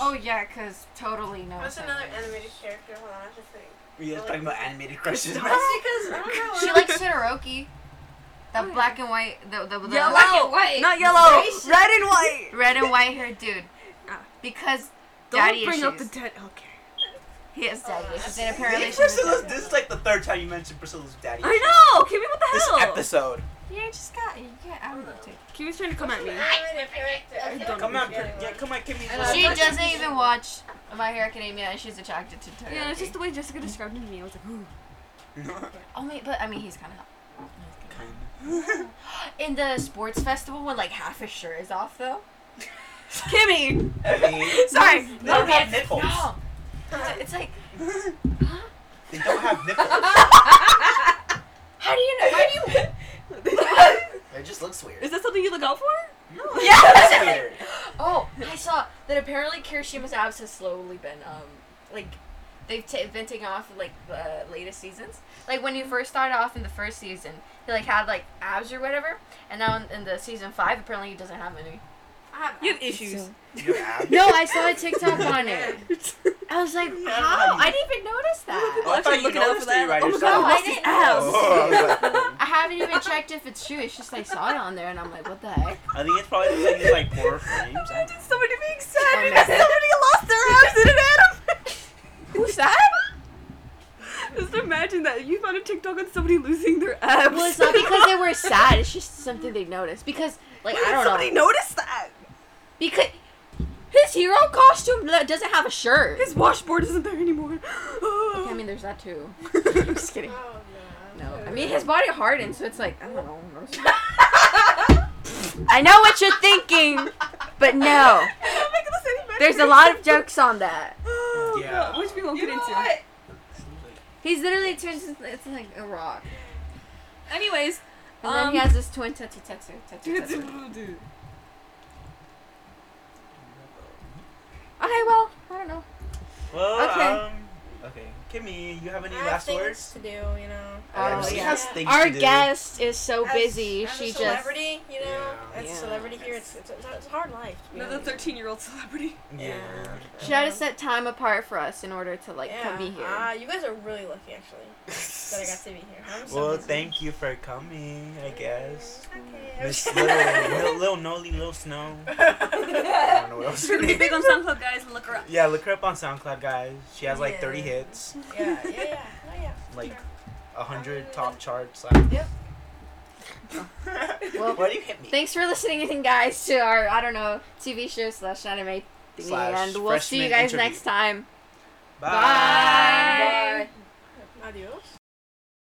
Oh yeah, cause totally no.
What's
sense.
another animated character? Hold on, I have to think.
We guys talking about animated crushes.
That's because I
(laughs)
don't know.
She likes
(laughs)
Todoroki. The
Oh, yeah.
black and white, the the, the
Yellow.
black and white,
Not yellow.
Racist.
Red and white.
red and white haired dude.
Ah.
Because
Don't
daddy
bring up the
issues.
dead. Okay.
he has daddy
Oh,
issues, and
that's-
apparently she was
Priscilla's, this is like the third time you mentioned Priscilla's daddy.
I know. Kimmy, what the
This
hell?
episode.
Yeah, just got yeah. I would love to.
Kimmy's trying to come at me.
Animated character. I feel
don't
like
Come on,
I'm forgetting
Pri- yeah,
one.
come on, Kimmy.
I love
She
She
Let's-
doesn't even watch My Hero Academia, and she's attracted to Todoroki.
Yeah, it's just the way Jessica described him to me. I was like,
(laughs)
ooh.
Oh, wait, but I mean, he's kind of. In the sports festival, when like half his shirt is off, though.
Kimmy.
I mean,
(laughs) Sorry,
they don't
okay.
have nipples.
No, It's- it's (laughs) like
They don't have nipples.
how do you know? How do you?
It just looks weird.
Is that something you look out for?
No, it
Yes!
looks weird.
Oh, I saw that apparently Kirishima's abs has slowly been um like they've ta been taking off like the latest seasons. Like when you first started off in the first season, he like had like abs or whatever, and now in, in the season five, apparently he doesn't have any.
I have
You have issues.
You have.
(laughs) No, I saw a TikTok on it. I was like,
Yeah,
how?
you-
Oh, I didn't even notice that.
(laughs) Oh, I thought
actually
you
looking out
noticed
for
that you write
that. Oh my
(laughs) yourself.
God, I didn't
(laughs)
know.
Oh, I was
(laughs)
like,
I haven't even checked if it's true. It's just I saw it on there, and I'm like, what the heck?
I think it's probably just like these like horror frames. I don't-
somebody being sad
Oh, because no.
somebody lost their abs in an
Who's that?
Just imagine that you found a TikTok on somebody losing their abs.
Well, it's not because they were sad. It's just something they noticed. Because like I don't know.
somebody noticed that.
Because his hero costume le- doesn't have a shirt.
His washboard isn't there anymore. (gasps)
Okay, I mean, there's that too. (laughs) I'm just kidding.
Oh no.
No, I mean his body hardened, so it's like I don't know. I know what you're thinking, but no. There's a lot
(gasps)
of jokes on that.
Yeah.
Oh, Which we won't get into.
He's literally turns into- it's like a rock,
Anyways,
and then
Um,
he has this twin tattoo tattoo (laughs) tattoo. tattoo. Okay, well, I don't know.
Well,
Okay.
um, okay. Kimmy, you have any
I have
last
things
words?
to do, you know.
Oh,
she
yeah.
has things
Our
to do.
guest is so
As-
busy.
as
she
a
just
celebrity, you know,
Yeah.
as
Yeah.
a celebrity here, it's it's, it's, a, it's a hard life. to be
Another
honest.
13 year old celebrity.
Yeah.
she had to set time apart for us in order to like
yeah.
come be here.
Ah, you guys are really lucky actually that
(laughs)
I got to be here. I'm so
well,
busy.
thank you for coming. I guess. Miss (laughs)
Mm,
Little,
Okay. (laughs)
Lil, Lil Noli, Lil Snow. I don't know what else.
She's gonna be (laughs) big on SoundCloud, guys. Look her up.
Yeah, look her up on SoundCloud, guys. She has like 30
Yeah.
hits,
yeah, yeah, yeah. No, yeah.
like
Sure.
100
Um,
top charts. Like.
Yep. (laughs)
Well,
Why do you hit me?
Thanks for listening, in, guys, to our I don't know TV show slash anime thingy,
Slash
and we'll see you
freshman
guys
interview.
next time.
Bye.
Bye.